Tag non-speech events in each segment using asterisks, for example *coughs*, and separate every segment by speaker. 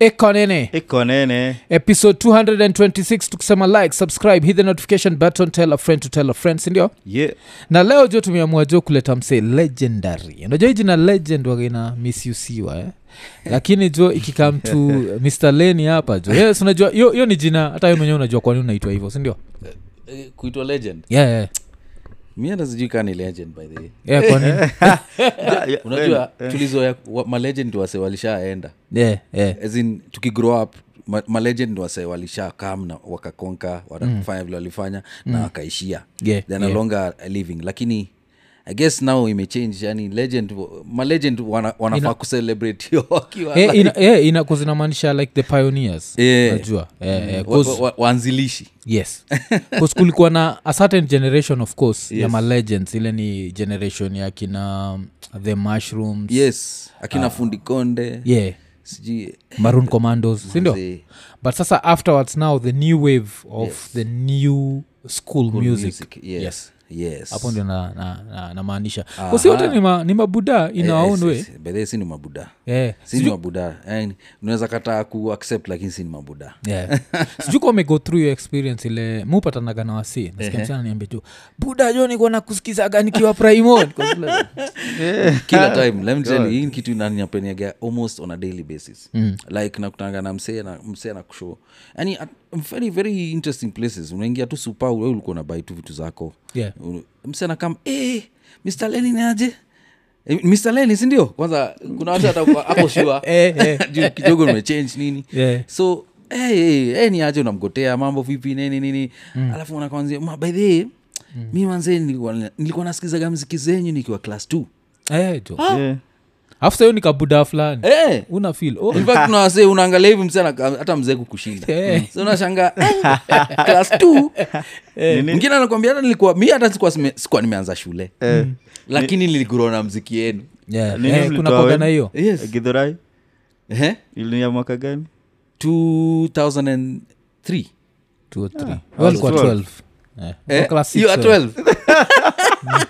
Speaker 1: ekonene
Speaker 2: iko nene
Speaker 1: episode 226 tukisema like subscribe hit the notification button tell a friend to tell a friend sindio
Speaker 2: ye
Speaker 1: na leo jo tumeamua jo kuleta msee legendary unajua hii jina legend wagaina misusiwa eh? lakini jo ikikam to mr leni hapa jo yes, unajua hiyo hiyo ni jina hata we mwenyewe unajua kwani unaitwa hivyo sindio
Speaker 3: Eh, kuitwa legend
Speaker 1: yeah, yeah.
Speaker 3: mi hata sijui kaa ni legend by the way
Speaker 1: yeah, kwanini
Speaker 2: Ah,
Speaker 1: Eh,
Speaker 2: ya-
Speaker 3: unajua tulizoya wa- malegend ndo wase walishaenda
Speaker 1: yeah, yeah.
Speaker 3: as in tukigrow up ma- malegend ndo wase walisha kam na wakakonka wakafanya vile walifanya na wakaishia
Speaker 1: Mm. Yeah,
Speaker 3: They're no
Speaker 1: yeah.
Speaker 3: longer living lakini i guess now imechange yani legend malegend wana, wanafaa kucelebrate *laughs* hiyo wakiwa
Speaker 1: Eh,
Speaker 3: alive.
Speaker 1: ina, eh, ina, 'cause inamaanisha like the pioneers
Speaker 3: Eh.
Speaker 1: najua eh, eh,
Speaker 3: Wa-
Speaker 1: 'cause-
Speaker 3: wa- wa- waanzilishi
Speaker 1: *laughs* yes 'Cause kulikuwa na a certain generation of course yes. ya malegends ile ni generation ya kina um, the mushrooms
Speaker 3: yes akina fundi konde
Speaker 1: Ah. yeah
Speaker 3: sijui
Speaker 1: maroon commandos sindio
Speaker 3: Manze.
Speaker 1: but sasa afterwards now the new wave of yes. the new school music,
Speaker 3: music yes yes
Speaker 1: hapo ndio namaanisha na, na, na namaanisha. Kwa si wote ni ma- ni mabuda in our own way
Speaker 3: bedhe Eh, si ni mabuda
Speaker 1: Eh,
Speaker 3: si ni mabuda Yaani, unaweza kataa ku accept lakini si ni mabuda
Speaker 1: yeah. *laughs* sijuu kwa umego through your experience ile mupatanaga na wasi niambi tu buda jo nikuwa nakusikizaga nikiwa *laughs* primon *laughs*
Speaker 3: kila time let me tell you, hii ni kitu inaniapenaga almost on a daily basis mm. like nakutanaga na msee na msee na kushow yani very very interesting places unaingia tu supa we ulikuwa unabai tu vitu zako
Speaker 1: Yeah.
Speaker 3: U- msee "Eh, nakam hey, mr leni naje Eh, mr leni sindio kwanza kuna watu hata ako shua
Speaker 1: *laughs* Eh, eh.
Speaker 3: *laughs* Juu kidogo nimechange nini
Speaker 1: Yeah.
Speaker 3: so hey, hey, hey, ni aje unamgotea mambo vipi nini nini mm. alafu unakanzia baidhee mm. mi manzee nilikuwa, nilikuwa nasikizaga mziki zenyu nikiwa class t
Speaker 1: Eh, Ah,
Speaker 2: Ye.
Speaker 1: afu sayo nikabuda fulani
Speaker 3: hey.
Speaker 1: una fil oh.
Speaker 3: Eh,
Speaker 1: *laughs*
Speaker 3: In fact, kuna wasee unaangalia hivi msee anakaa- hata mzee kukushinda Mm.
Speaker 1: Eh.
Speaker 3: so unashangaa eh, class
Speaker 1: *laughs*
Speaker 3: two.
Speaker 2: Nini?
Speaker 3: mwingine anakwambia hata nilikuwa mi hata sikuwa, sime- sikuwa nimeanza shule
Speaker 1: Eh.
Speaker 3: Mm. lakini niligurua na mziki yenu
Speaker 1: yeah.
Speaker 2: Nini
Speaker 1: eh,
Speaker 2: mlitoa
Speaker 1: kuna kuaga
Speaker 2: wenu?
Speaker 1: na hiyo
Speaker 3: yes.
Speaker 2: githurai
Speaker 3: Ehe.
Speaker 2: ilinia mwaka gani
Speaker 3: 2003
Speaker 1: Two or three. Wewe ulikuwa
Speaker 2: 12.
Speaker 1: 12. Eh,
Speaker 3: Eh,
Speaker 1: wewe class six,
Speaker 3: you are
Speaker 1: wewe. *laughs*
Speaker 3: 12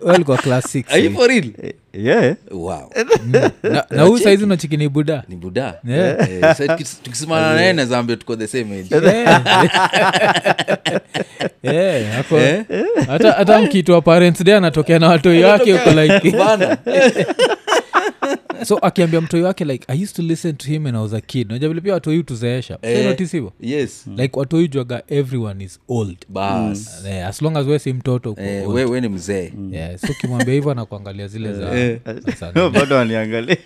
Speaker 1: Wewe ulikuwa class six,
Speaker 3: Are you
Speaker 1: eh.
Speaker 3: for real?
Speaker 2: ye
Speaker 3: Wow.
Speaker 1: Na- na huyu saizi unachikini buda
Speaker 3: ni buda
Speaker 1: Yeah.
Speaker 3: Eh, so
Speaker 1: *laughs*
Speaker 3: tukis- tukisimama naye nazaambia tuko the same age
Speaker 1: Eh, *laughs* hapo- hata hata mkitwa parents day anatokea na watoi wake huko
Speaker 3: *laughs*
Speaker 1: like *laughs*
Speaker 3: Bana.
Speaker 1: so akiambia mtoi wake like i used to listen to him when i was a kid najua vile pia watoi utuzeesha
Speaker 3: Eh.
Speaker 1: notisivo
Speaker 3: yes
Speaker 1: like watoi jwaga everyone is old
Speaker 3: bas
Speaker 1: Eh, as long as we si mtoto uko
Speaker 3: Hmm. Eh,
Speaker 1: old.
Speaker 3: we we ni mzee
Speaker 1: Yeah, so kimwambia hivyo anakuangalia zile
Speaker 2: *laughs*
Speaker 3: Eh.
Speaker 1: za- za sana.
Speaker 2: bado waniangalia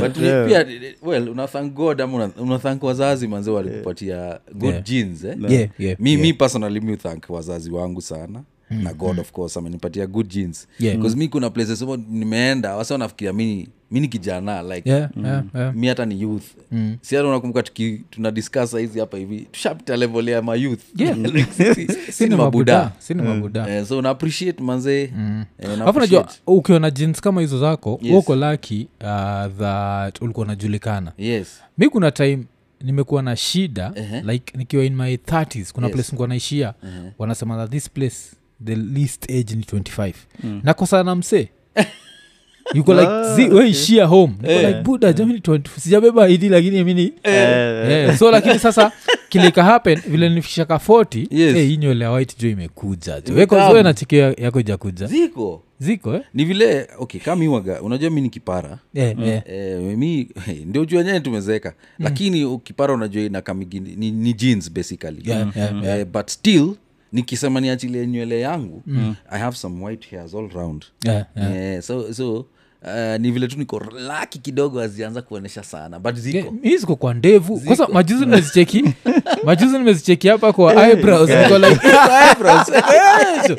Speaker 3: But we- pia well una thank god ama una- una thank wazazi manze walikupatia good
Speaker 1: Yeah.
Speaker 3: genes eh?
Speaker 1: Yeah, yeah, Mm.
Speaker 3: mi, mi personally mi thank wazazi wangu sana na god of course amenipatia good jeans
Speaker 1: Yeah.
Speaker 3: mi kuna places humo nimeenda wasa wanafikiria mi mi ni kijana like
Speaker 1: Yeah, yeah, yeah.
Speaker 3: mi hata ni youth mm. si hata unakumbuka tuki- tuna discuss saizi hapa hivi tushapita level ya mayouth
Speaker 1: Yeah.
Speaker 3: *laughs*
Speaker 1: *laughs*
Speaker 3: Like, si- si- si ni
Speaker 1: sini mabuda
Speaker 3: mabuda
Speaker 1: sini mabuda
Speaker 3: Eh, so una appreciate manzee Eh, una
Speaker 1: Mm. alafu najua
Speaker 3: appreciate.
Speaker 1: ukiwa na jeans kama hizo zako
Speaker 3: Yes.
Speaker 1: yes. uko laki uh, that ulikuwa unajulikana
Speaker 3: yes
Speaker 1: mi kuna time nimekuwa na shida
Speaker 3: Ehe.
Speaker 1: like nikiwa in my 30s kuna
Speaker 3: Uh-huh. Yes. Uh-huh.
Speaker 1: place nikuwa naishia wanasema that this place the least age ni 25
Speaker 3: Mm.
Speaker 1: nakosana na msee yuko
Speaker 3: *laughs*
Speaker 1: like
Speaker 2: Ah,
Speaker 1: zi, we ishia home Niko
Speaker 3: Eh.
Speaker 1: like buda jamini 20 sijabeba idi lakini mini *laughs* Eh, so lakini sasa kilika happen vile nifikisha ka 40
Speaker 3: Yes.
Speaker 1: eh, hii nywele ya white jo imekuja jo
Speaker 3: Imekam.
Speaker 1: wekozoe nachikio yako ijakuja
Speaker 3: ziko
Speaker 1: ziko eh?
Speaker 3: ni vile okay kama iwaga unajua mi ni kipara
Speaker 1: Eh, eh.
Speaker 3: Eh, mi ndio juu yenyewe tumezeeka
Speaker 1: Mm.
Speaker 3: lakini ukipara unajua inakamigi ni, ni jeans basically
Speaker 1: Yeah, yeah,
Speaker 3: Eh, but still nikisema niachilie nywele yangu i have some white hairs all round
Speaker 1: Yeah, Mm. yeah.
Speaker 3: Eh, so, so uh, ni vile tu niko laki kidogo azianza kuonyesha sana but ziko
Speaker 1: Yeah, Eh, mi ziko kwa ndevu kwanza majuzi
Speaker 3: *laughs*
Speaker 1: nimezicheki majuzi nimezicheki hapa
Speaker 3: Eh,
Speaker 1: kwa eyebrows niko like
Speaker 3: *laughs*
Speaker 1: *laughs*
Speaker 2: Hata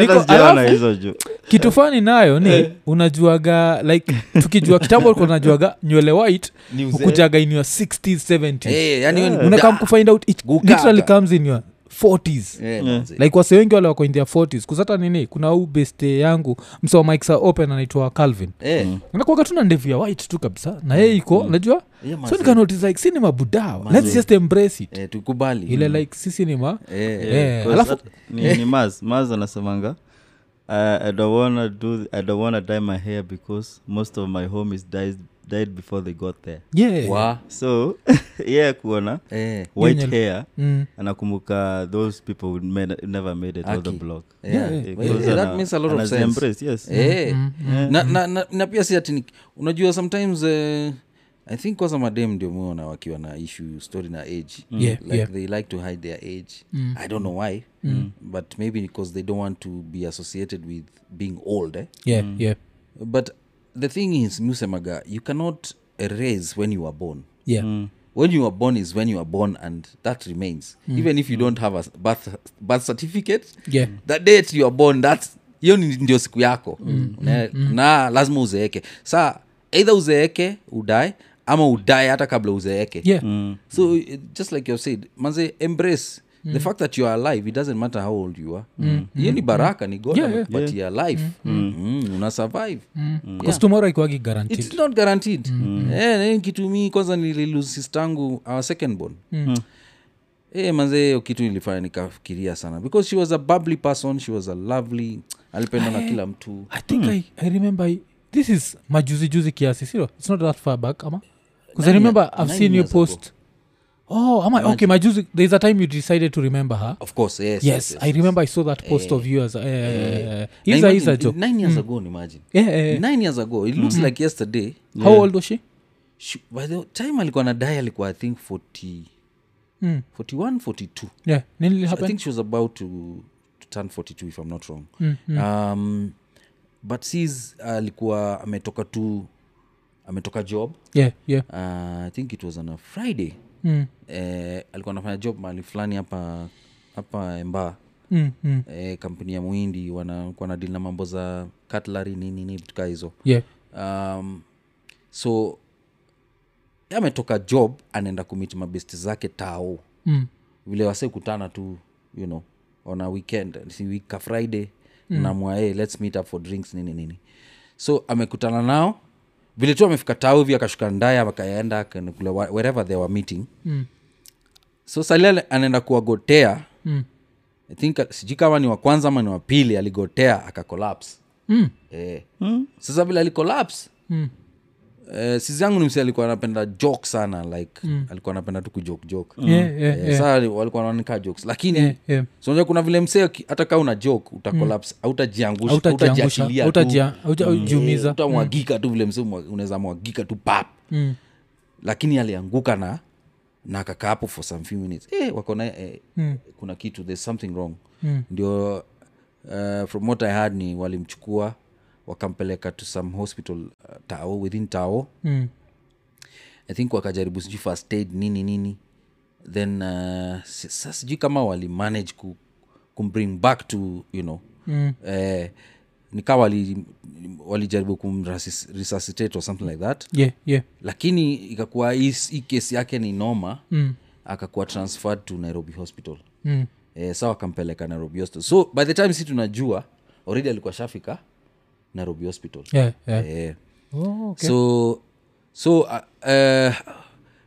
Speaker 1: niko
Speaker 2: sijaona
Speaker 1: alafu,
Speaker 2: hizo juu
Speaker 1: kitu fani nayo
Speaker 3: Eh.
Speaker 1: ni unajuaga like tukijua kitambo ulikuwa unajuaga nywele white
Speaker 3: Ni uzee.
Speaker 1: ukujaga in your 60s 70s
Speaker 3: Eh, yani wewe ni
Speaker 1: unakam
Speaker 3: da-
Speaker 1: kufind out it
Speaker 3: Gukaka.
Speaker 1: literally comes in your 40s
Speaker 3: Eh, manze.
Speaker 1: like wase wengi wale wako in their 40s kusata nini kuna huu beste yangu msowa mikesa open anaitwa calvin
Speaker 3: Eh,
Speaker 1: nakuaga tu na ndevu ya white tu kabisa na yeye iko
Speaker 3: Mm.
Speaker 1: najua
Speaker 3: Yeah,
Speaker 1: so
Speaker 3: mazee.
Speaker 1: nikanotice like si ni mabuda lets just embrace it
Speaker 3: eh, tukubali
Speaker 1: ile like sisi ni ma
Speaker 3: Eh,
Speaker 1: Eh,
Speaker 2: Kwa
Speaker 1: alafu
Speaker 2: sa- ni, ni maz maz anasemanga I, I don't wanna do. I don't wanna dye my hair because most of my homies died died before they got there.
Speaker 1: yeah
Speaker 3: wa
Speaker 2: So *laughs* yeah, kuona
Speaker 3: eh.
Speaker 2: white
Speaker 1: Union.
Speaker 2: hair
Speaker 1: Mm.
Speaker 2: anakumbuka those people who made, never made it out the
Speaker 3: Aki.
Speaker 2: block.
Speaker 3: Yeah.
Speaker 1: Yeah,
Speaker 3: Eh,
Speaker 2: Because
Speaker 3: that
Speaker 2: ana-
Speaker 3: makes a lot of
Speaker 2: anazi
Speaker 3: sense.
Speaker 2: embrace, yes.
Speaker 3: Eh.
Speaker 1: Mm-hmm.
Speaker 3: Na, na, na, na pia si ati ni- unajua sometimes eh, i think kwanza madem ndio muona wakiwa na issue story na age
Speaker 1: Mm. Yeah,
Speaker 3: like
Speaker 1: yeah. Mm.
Speaker 3: they like to hide their age i don't know why but maybe because they don't want to be associated with being old eh?
Speaker 1: yeah yeah
Speaker 3: but the thing is musemaga you cannot erase when you are born
Speaker 1: yeah
Speaker 3: when you are born is when you are born and that remains even if you don't have a s- birth, birth certificate
Speaker 1: Hmm. Yeah.
Speaker 3: the date you are born that hiyo ni- ndio siku yako
Speaker 1: Hmm.
Speaker 3: Unae- na lazima uzeeke saa either uzeeke udae ama udae hata kabla uzeeke
Speaker 1: yeah
Speaker 3: so it- just like you have said manze embrace
Speaker 1: Hmm.
Speaker 3: the fact that you are alive it doesn't matter how old you are hiyo ni baraka ni god
Speaker 1: Yeah, yeah. Hmm.
Speaker 3: amekupatia life Mm, una survive
Speaker 1: Because tomorrow ikwagi guaranteed
Speaker 3: it's not guaranteed mm. eh, kitumi kwanza nililose sistangu our second born mm. eh, manze hiyo kitu ilifanya nikafikiria sana because she was a bubbly person she was a lovely alipendwa
Speaker 1: Eh.
Speaker 3: na kila mtu
Speaker 1: i think I, i remember I- this is majuzi juzi kiasi sio it's not that far back ama because i
Speaker 3: Nine
Speaker 1: remember
Speaker 3: year-
Speaker 1: i've
Speaker 3: nine
Speaker 1: seen you
Speaker 3: years ago.
Speaker 1: post oh ama okay majuzi there's a time you decided to remember her
Speaker 3: of course yes, Eh.
Speaker 1: yes, i remember i saw that post of eh, yours
Speaker 3: Na
Speaker 1: isa isa
Speaker 3: imagine,
Speaker 1: jo
Speaker 3: nine years ago ni imagine
Speaker 1: Mm. Yeah, yeah, Mm. yeah.
Speaker 3: nine years ago it looks like yesterday
Speaker 1: how old was she
Speaker 3: she, by the time alikuwa na die alikuwa i think 40
Speaker 1: Mm.
Speaker 3: 41 42
Speaker 1: yeah nini
Speaker 3: I
Speaker 1: happened
Speaker 3: think she was about to, to turn 42 if I'm not wrong.
Speaker 1: Mm-hmm.
Speaker 3: Um, but sis alikuwa ametoka tu ametoka job
Speaker 1: yeah yeah
Speaker 3: uh, I think it was on a Friday.
Speaker 1: mm.
Speaker 3: Eh, alikuwa anafanya job mahali fulani hapa hapa Emba
Speaker 1: Mm, mm.
Speaker 3: eh, kampuni ya Muhindi wana wana deal na mambo za cutlery nini nini vitu kaa hizo
Speaker 1: yeah
Speaker 3: um, so yeye ametoka job anaenda kumit mabesti zake tao
Speaker 1: mm.
Speaker 3: vile wase kutana tu you know on a weekend si week ka friday mm. namwa hey, lets meet up for drinks nini nini so amekutana nao vile tu amefika tao hivi akashuka ndaye akaenda akaenda kule wa- wherever they were meeting
Speaker 1: Mm.
Speaker 3: so salil anaenda kuwagotea
Speaker 1: Mm.
Speaker 3: i think uh, sijui kama ni wa kwanza ama ni wa pili aligotea akakolapse
Speaker 1: Mm.
Speaker 3: eh. mm. sasa vile alikolapse
Speaker 1: Mm.
Speaker 3: eh, sisi yangu ni msi alikuwa anapenda joke sana like mm. alikuwa anapenda tu kujoke joke
Speaker 1: yeah yeah
Speaker 3: Eh, saa walikuwa wananika jokes lakini
Speaker 1: yeah.
Speaker 3: so unajua kuna vile msee aki- hata kaa una joke utakolapse autajiangusha
Speaker 1: Mm. Hautajiangusha,
Speaker 3: hautajiachilia tu.
Speaker 1: hautajia- hautajiumiza.
Speaker 3: Eh, utamwagika tu vile msee mwa- unaweza mwagika tu pap
Speaker 1: Mm.
Speaker 3: lakini alianguka na na akakaa hapo for some few minutes eh, wako na eh,
Speaker 1: Mm.
Speaker 3: kuna kitu there's something wrong ndio uh, from what i had ni walimchukua wakampeleka to some hospital uh, tao within tao
Speaker 1: Mm.
Speaker 3: i think wakajaribu sijui first aid nini nini then uh, si- sa sijui kama walimanage ku, kumbring back to you know mm. eh, nikaa wali- walijaribu kumresuscitate or something like that
Speaker 1: yeah yeah
Speaker 3: lakini ikakuwa hii s- hii kesi yake ni noma
Speaker 1: Mm.
Speaker 3: akakuwa transferred to nairobi hospital
Speaker 1: Mm.
Speaker 3: eh, sa wakampeleka nairobi hospital so by the time si tunajua already alikuwa shafika nairobi hospital
Speaker 1: yeah yeah
Speaker 3: eh,
Speaker 1: oh, okay.
Speaker 3: so so uh, uh,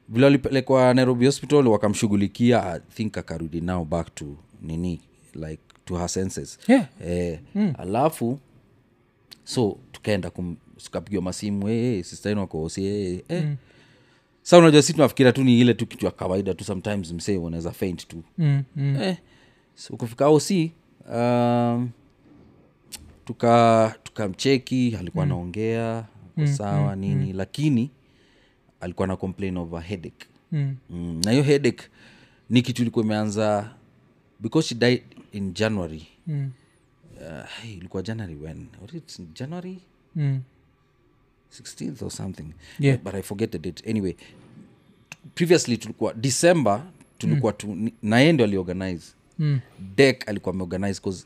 Speaker 3: vile walipelekwa nairobi hospital wakamshughulikia i think akarudi now back to nini like to her senses
Speaker 1: yeah Hmm.
Speaker 3: eh, alafu so tukaenda kum- tukapigiwa masimu eh, hey, sistainu wakosi hey, hey.
Speaker 1: Hmm.
Speaker 3: mm. sa unajua si tunafikiria tu ni ile tu kitu ya kawaida tu sometimes msee unaweza faint tu
Speaker 1: mm. Mm.
Speaker 3: eh, so kufika oc um, tuka tukamcheki alikuwa anaongea mm. sawa mm. nini lakini alikuwa na complain of a headache
Speaker 1: Mm.
Speaker 3: mm. na hiyo headache ni kitu ilikuwa imeanza because she died in january
Speaker 1: Mm.
Speaker 3: uh, hey, ilikuwa january when was it january
Speaker 1: Mm.
Speaker 3: 16th or something
Speaker 1: Yeah.
Speaker 3: but i forget the date anyway previously tulikuwa december tulikuwa mm. tu naye ndio aliorganize
Speaker 1: Mm.
Speaker 3: dek alikuwa ameorganize bcause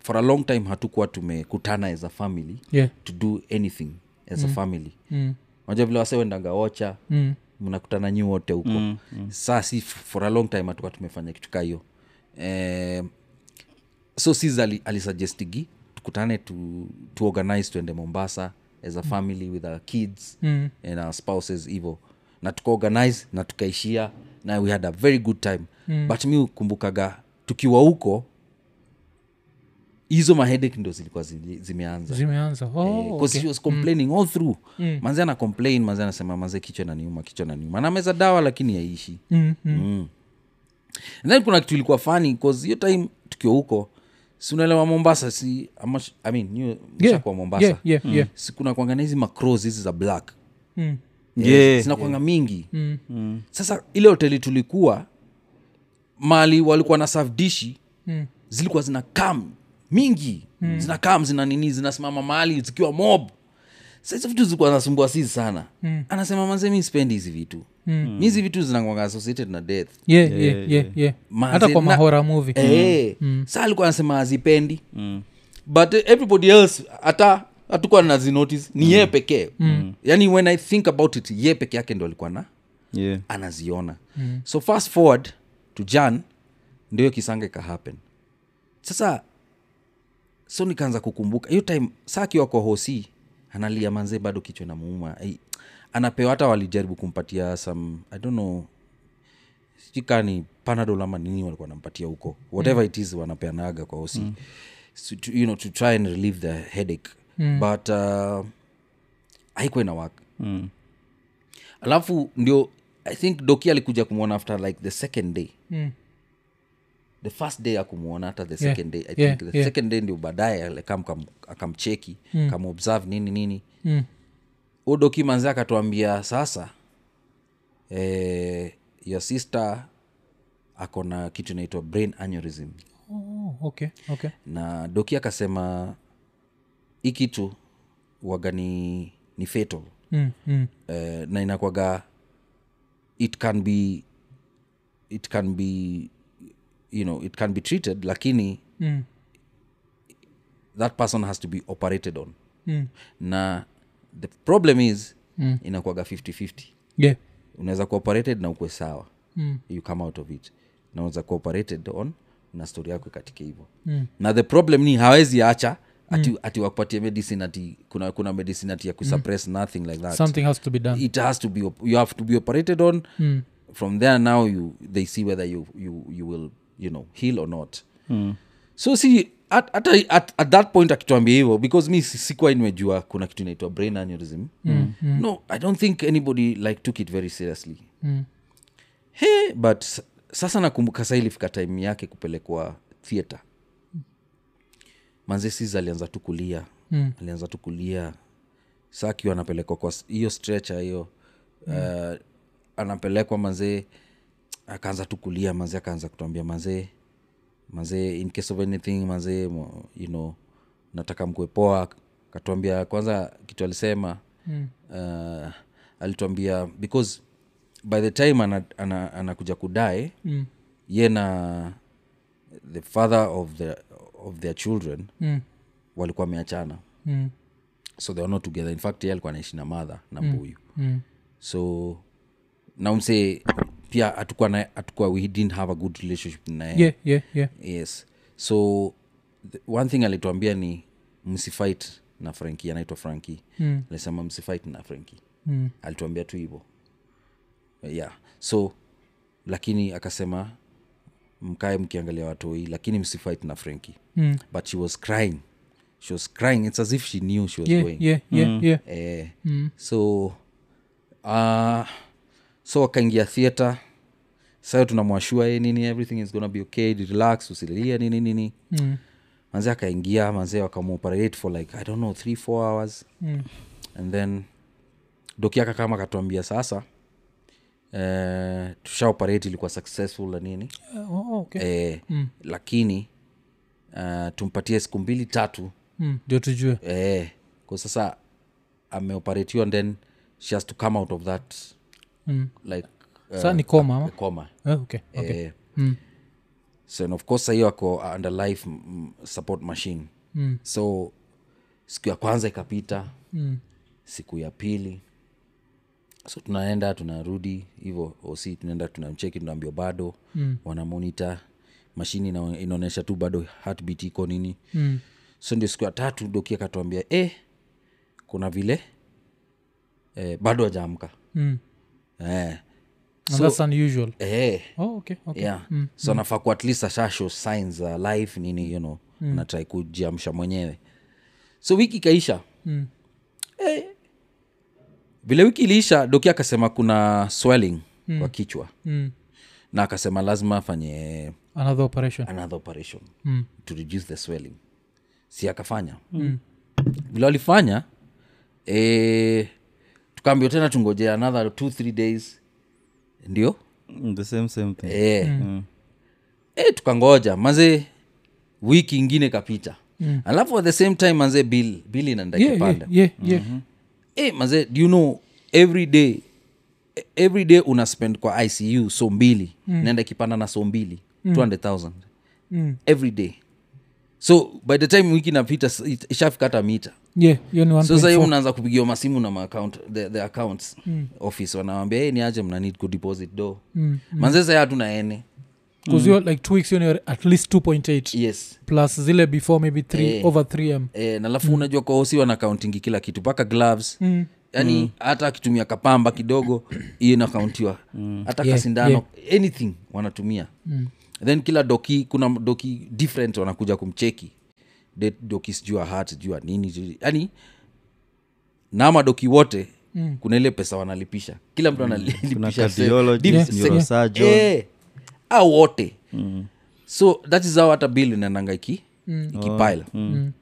Speaker 3: for a long time hatukuwa tumekutana as a family
Speaker 1: yeah
Speaker 3: to do anything as a family
Speaker 1: Mm.
Speaker 3: unajua vile wase wendaga ocha
Speaker 1: Mm.
Speaker 3: mnakutana nyi wote huko mm, mm. saa si f- for a long time hatukuwa tumefanya kitu kaa hiyo eh, so sis ali- alisuggestingi tukutane tu, tu organize tuende mombasa as a family with our kids
Speaker 1: Mm.
Speaker 3: and our spouses hivo na tukaorganize na tukaishia na we had a very good time mm. but mi ukumbukaga tukiwa huko hizo mahedek ndo zilikuwa zili- zimeanza
Speaker 1: zimeanza
Speaker 3: Eh,
Speaker 1: oh,
Speaker 3: 'cause
Speaker 1: okay. Mm.
Speaker 3: she was complaining all through manze ana complain manze anasema manze kichwa naniuma kichwa naniuma nameza dawa lakini yaishi
Speaker 1: Mm, mm.
Speaker 3: And then kuna kitu ilikuwa fani bcause hiyo time tukiwa huko siunaelewa mombasa si ama, i mean you- mshakuwa mombasa Mm.
Speaker 1: Yeah, yeah, yeah.
Speaker 3: si kuna kuangana hizi macros hizi za black
Speaker 1: Mm.
Speaker 2: Yeah.
Speaker 3: zinakwanga mingi sasa ile hoteli tulikuwa mali walikuwa na safdishi
Speaker 1: Mm.
Speaker 3: zilikuwa zina kam mingi mm. zina kam zina nini zinasimama mali zikiwa mob Sasa hizo vitu zilikuwa nasumbua sisi sana mm. anasema manze mi spendi hizi vitu mm. mi hizi vitu zinakwanga associated na death
Speaker 1: Yeah, yeah, yeah, yeah.
Speaker 3: Manze,
Speaker 1: hata kwa
Speaker 3: na-
Speaker 1: mahora movie
Speaker 3: Eh, sa alikuwa anasema azipendi
Speaker 2: Mm.
Speaker 3: but eh, everybody else hata hatukuwa nazinotice
Speaker 2: Mm.
Speaker 3: ni ye pekee yani when i think about it ye peke yake ndo alikuwa na
Speaker 2: yeah.
Speaker 3: anaziona mm. so fast forward to jan ndio hiyo kisanga ikahappen sasa so nikaanza kukumbuka hiyo time saa akiwa kwa hosi analia manzee bado kichwa namuuma Ai, anapewa hata walijaribu kumpatia some i don't know sijui kaa ni panadol ama nini walikuwa wanampatia huko whatever it is wanapeanaga kwa hosi so, to, you know, to try and relieve the headache but uh, haikuwa ina work alafu ndio i think doki alikuja kumwona after like the second day
Speaker 1: Mm.
Speaker 3: the first day akumwona hata the
Speaker 1: Yeah,
Speaker 3: second day i
Speaker 1: yeah,
Speaker 3: think the
Speaker 1: yeah.
Speaker 3: second day ndio baadaye alikam- kam- akamcheki mm. kamobserve nini nini
Speaker 1: Mm.
Speaker 3: u doki manzi akatuambia sasa eh, your sister ako na kitu inaitwa brain aneurysm
Speaker 1: Oh, okay, okay.
Speaker 3: na doki akasema hii kitu waga ni, ni fatal
Speaker 1: Mm, mm.
Speaker 3: eh, na inakwaga it can be it can be you know it can be treated lakini
Speaker 1: Mm.
Speaker 3: that person has to be operated on
Speaker 1: Mm.
Speaker 3: na the problem is mm. inakwaga 5050
Speaker 1: Yeah.
Speaker 3: unaweza kuwa operated na ukwe sawa
Speaker 1: Mm.
Speaker 3: you come out of it na unaweza kuwa operated on na stori yako ikatika hivyo
Speaker 1: Mm.
Speaker 3: na the problem ni hawezi acha ati, ati wakupatie medicine ati kuna, kuna medicine ati ya kusuppress nothing like that
Speaker 1: something has to be done
Speaker 3: it has to be op- you have to be operated on mm. from there now you they see whether you you you will you know heal or not mm. so see at, at, at, at that point akituambia hivyo because mi si- sikuwa nimejua kuna kitu inaitwa brain aneurysm mm. no i don't think anybody like took it very seriously
Speaker 1: Mm.
Speaker 3: he but s- sasa nakumbuka sa ilifika time yake kupelekwa theatre manze sis alianza tu kulia mm. alianza tu kulia sa akiwa anapelekwa kwa s- hiyo stretcher hiyo mm. uh, anapelekwa manzee akaanza tu kulia manzee akaanza kutuambia manzee manzee in case of anything manzee mo- you know nataka mkue poa akatuambia kwanza kitu alisema mm. uh, alituambia because by the time anakuja ana, ana kudae
Speaker 1: Mm.
Speaker 3: ye na the father of, the, of their children
Speaker 1: Mm.
Speaker 3: walikuwa wameachana
Speaker 1: Mm.
Speaker 3: so they were not together in fact ye alikuwa anaishi na madha na mbuyu
Speaker 1: Mm.
Speaker 3: so naumse pia hatukuwa na hatukuwa we didn't have a good relationship naye
Speaker 1: yeah yeah yeah
Speaker 3: yes so the, one thing alituambia ni msifight na franki anaitwa franki
Speaker 1: Mm.
Speaker 3: alisema msifight na franki
Speaker 1: Mm.
Speaker 3: alituambia tu hivo yeah so lakini akasema mkae mkiangalia watoi lakini msifight na franki
Speaker 1: Mm.
Speaker 3: but she was crying she was crying it's as if she knew she was
Speaker 1: yeah
Speaker 3: going
Speaker 1: yeah yeah yeah
Speaker 3: eh,
Speaker 1: Mm.
Speaker 3: so uh, so wakaingia theatre sayo tunamwashua e nini everything is gonna be okay relax usilia nini nini
Speaker 1: Mm.
Speaker 3: manzee akaingia manzee wakamoperate for like i don't know three four hours
Speaker 1: Mm.
Speaker 3: and then doki yaka kama akatuambia sasa eh, tusha operate ilikuwa successful na nini
Speaker 1: Uh, oh, okay
Speaker 3: eh, mm. lakini uh, tumpatie siku mbili tatu
Speaker 1: Mm. ndio tujue
Speaker 3: eh, kwa sasa ameoperatiwa and then she has to come out of that
Speaker 1: Mm.
Speaker 3: like uh,
Speaker 1: Sasa ni koma ama?
Speaker 3: coma
Speaker 1: Ah, okay okay
Speaker 3: eh,
Speaker 1: Mm.
Speaker 3: so and of course sahiyo ako under life mm, support machine
Speaker 1: Mm.
Speaker 3: so siku ya kwanza ikapita
Speaker 1: Mm.
Speaker 3: siku ya pili so tunaenda tunarudi hivyo osi tunaenda tunamcheki tunaambia bado mm. wanamonita mashini ina- inaonyesha tu bado heartbeat iko nini
Speaker 1: Mm.
Speaker 3: so ndio siku ya tatu doki akatuambia eh, kuna vile eh, bado hajaamka
Speaker 1: Mm.
Speaker 3: eh,
Speaker 1: And that's unusual
Speaker 3: eh,
Speaker 1: oh okay okay
Speaker 3: Mm. yeah. so anafaa kuwa at least ashashow signs za life nini you know mm. natrai kujiamsha mwenyewe so wiki ikaisha mm. eh, vile wiki iliisha doki akasema kuna swelling mm. kwa kichwa
Speaker 1: mm.
Speaker 3: na akasema lazima afanye
Speaker 1: another operation
Speaker 3: another operation
Speaker 1: Mm.
Speaker 3: to reduce the swelling si akafanya vile walifanya eh, tukaambiwa tena tungojea another two three days ndio
Speaker 2: Mm, the same same thing
Speaker 3: eh.
Speaker 1: Mm.
Speaker 3: eh, tukangoja maze wiki ingine kapita mm. alafu at the same time maze bill bill inaenda
Speaker 1: Yeah,
Speaker 3: ikipanda
Speaker 1: yeah, yeah, yeah.
Speaker 3: Mm-hmm. hey, maze Eh, do you know every day e- every day una spend kwa icu so mbili mm. naenda ikipanda na so mbili mm. 200000
Speaker 1: Mm.
Speaker 3: every day so by the time wiki napita ishafika hata mita
Speaker 1: Yeah, hiyo ni
Speaker 3: so sahii
Speaker 1: 1.4.
Speaker 3: unaanza kupigiwa masimu na maaccount, the, the accounts mm. office wanawambia hey, ni aje mna need kudeposit do
Speaker 1: Mm.
Speaker 3: manzesa ya hatuna ene mm.
Speaker 1: 'Cause hiyo, like two weeks hiyo ni at least 2.8
Speaker 3: yes
Speaker 1: plus zile before maybe three,
Speaker 3: Eh.
Speaker 1: over 3m
Speaker 3: e, na alafu mm. unajua kwaosi wana kauntingi kila kitu mpaka gloves mm. yaani hata akitumia kapamba *coughs* kidogo hiyo inakauntiwa hata
Speaker 1: Yeah,
Speaker 3: kasindano anything wanatumia mm. then kila doki kuna doki different wanakuja kumcheki De- doki sijua hat sijua nini sijui- yaani na madoki wote mm. kuna ile pesa wanalipisha kila mtu
Speaker 2: kuna
Speaker 3: analipisha se-
Speaker 2: cardiologist
Speaker 3: diff- se-
Speaker 2: neurosurgeon
Speaker 3: Eh, au wote mm. so that is how hata bill inaendanga iki mm. ikipile mm.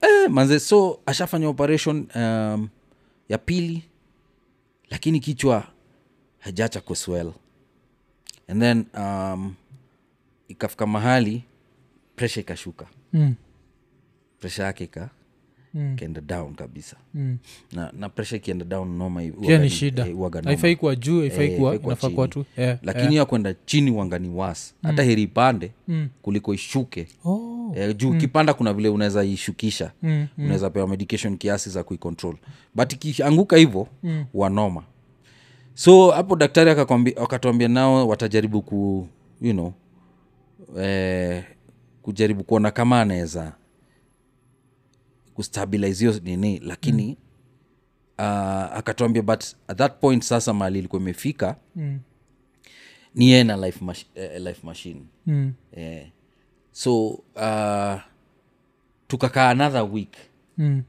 Speaker 3: eh, manze so ashafanya operation um, ya pili lakini kichwa hajacha kuswell and then um, ikafika mahali presha ikashuka
Speaker 1: Mm.
Speaker 3: presha yake ika
Speaker 1: Mm.
Speaker 3: kaenda down kabisa
Speaker 1: Mm.
Speaker 3: na, na presha ikienda down noma hi-
Speaker 1: pia ni
Speaker 3: huwaga-
Speaker 1: shida
Speaker 3: eh, huwaga noma
Speaker 1: haifai kuwa juu haifai
Speaker 3: Eh,
Speaker 1: kuwa
Speaker 3: haifai kuwa
Speaker 1: inafaa
Speaker 3: chini.
Speaker 1: kuwa tu yeah, Mm.
Speaker 3: lakini ya kwenda chini wangani wasi hata heri ipande kuliko ishuke
Speaker 1: Oh.
Speaker 3: Eh, juu ukipanda kuna vile unaweza ishukisha
Speaker 1: Mm,
Speaker 3: unaweza pewa medication kiasi za kuicontrol but ikianguka hivyo
Speaker 1: Mm.
Speaker 3: wanoma so hapo daktari akakwambi- akatuambia nao watajaribu ku you know, eh, kujaribu kuona kama anaweza kustabilize hiyo nini lakini mm. uh, akatuambia but at that point sasa mali ilikuwa imefika
Speaker 1: Mm.
Speaker 3: ni yeye na life, mash, eh, life machine
Speaker 1: Mm.
Speaker 3: eh. so uh, tukakaa another week
Speaker 1: Mm.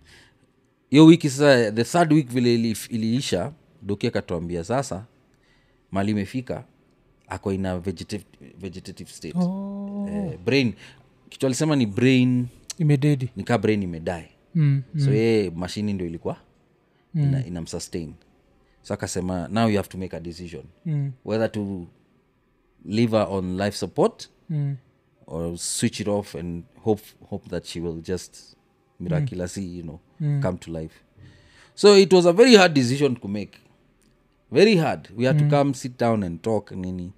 Speaker 3: hiyo wiki sasa the third week vile ili- iliisha doki akatuambia sasa mali imefika ako ina vegetative, vegetative state
Speaker 1: Oh.
Speaker 3: eh, brain kitu alisema ni brain
Speaker 1: imededi
Speaker 3: nikaa brain imedae
Speaker 1: Mm.
Speaker 3: so yeye mashini ndio ilikuwa ina, inamsustain so akasema now you have to make a decision
Speaker 1: Mm.
Speaker 3: whether to leave her on life support
Speaker 1: Mm.
Speaker 3: or switch it off and hope hope that she will just miraculously
Speaker 1: Mm.
Speaker 3: you know come to life so it was a very hard decision to make very hard we
Speaker 1: Mm.
Speaker 3: had to come sit down and talk nini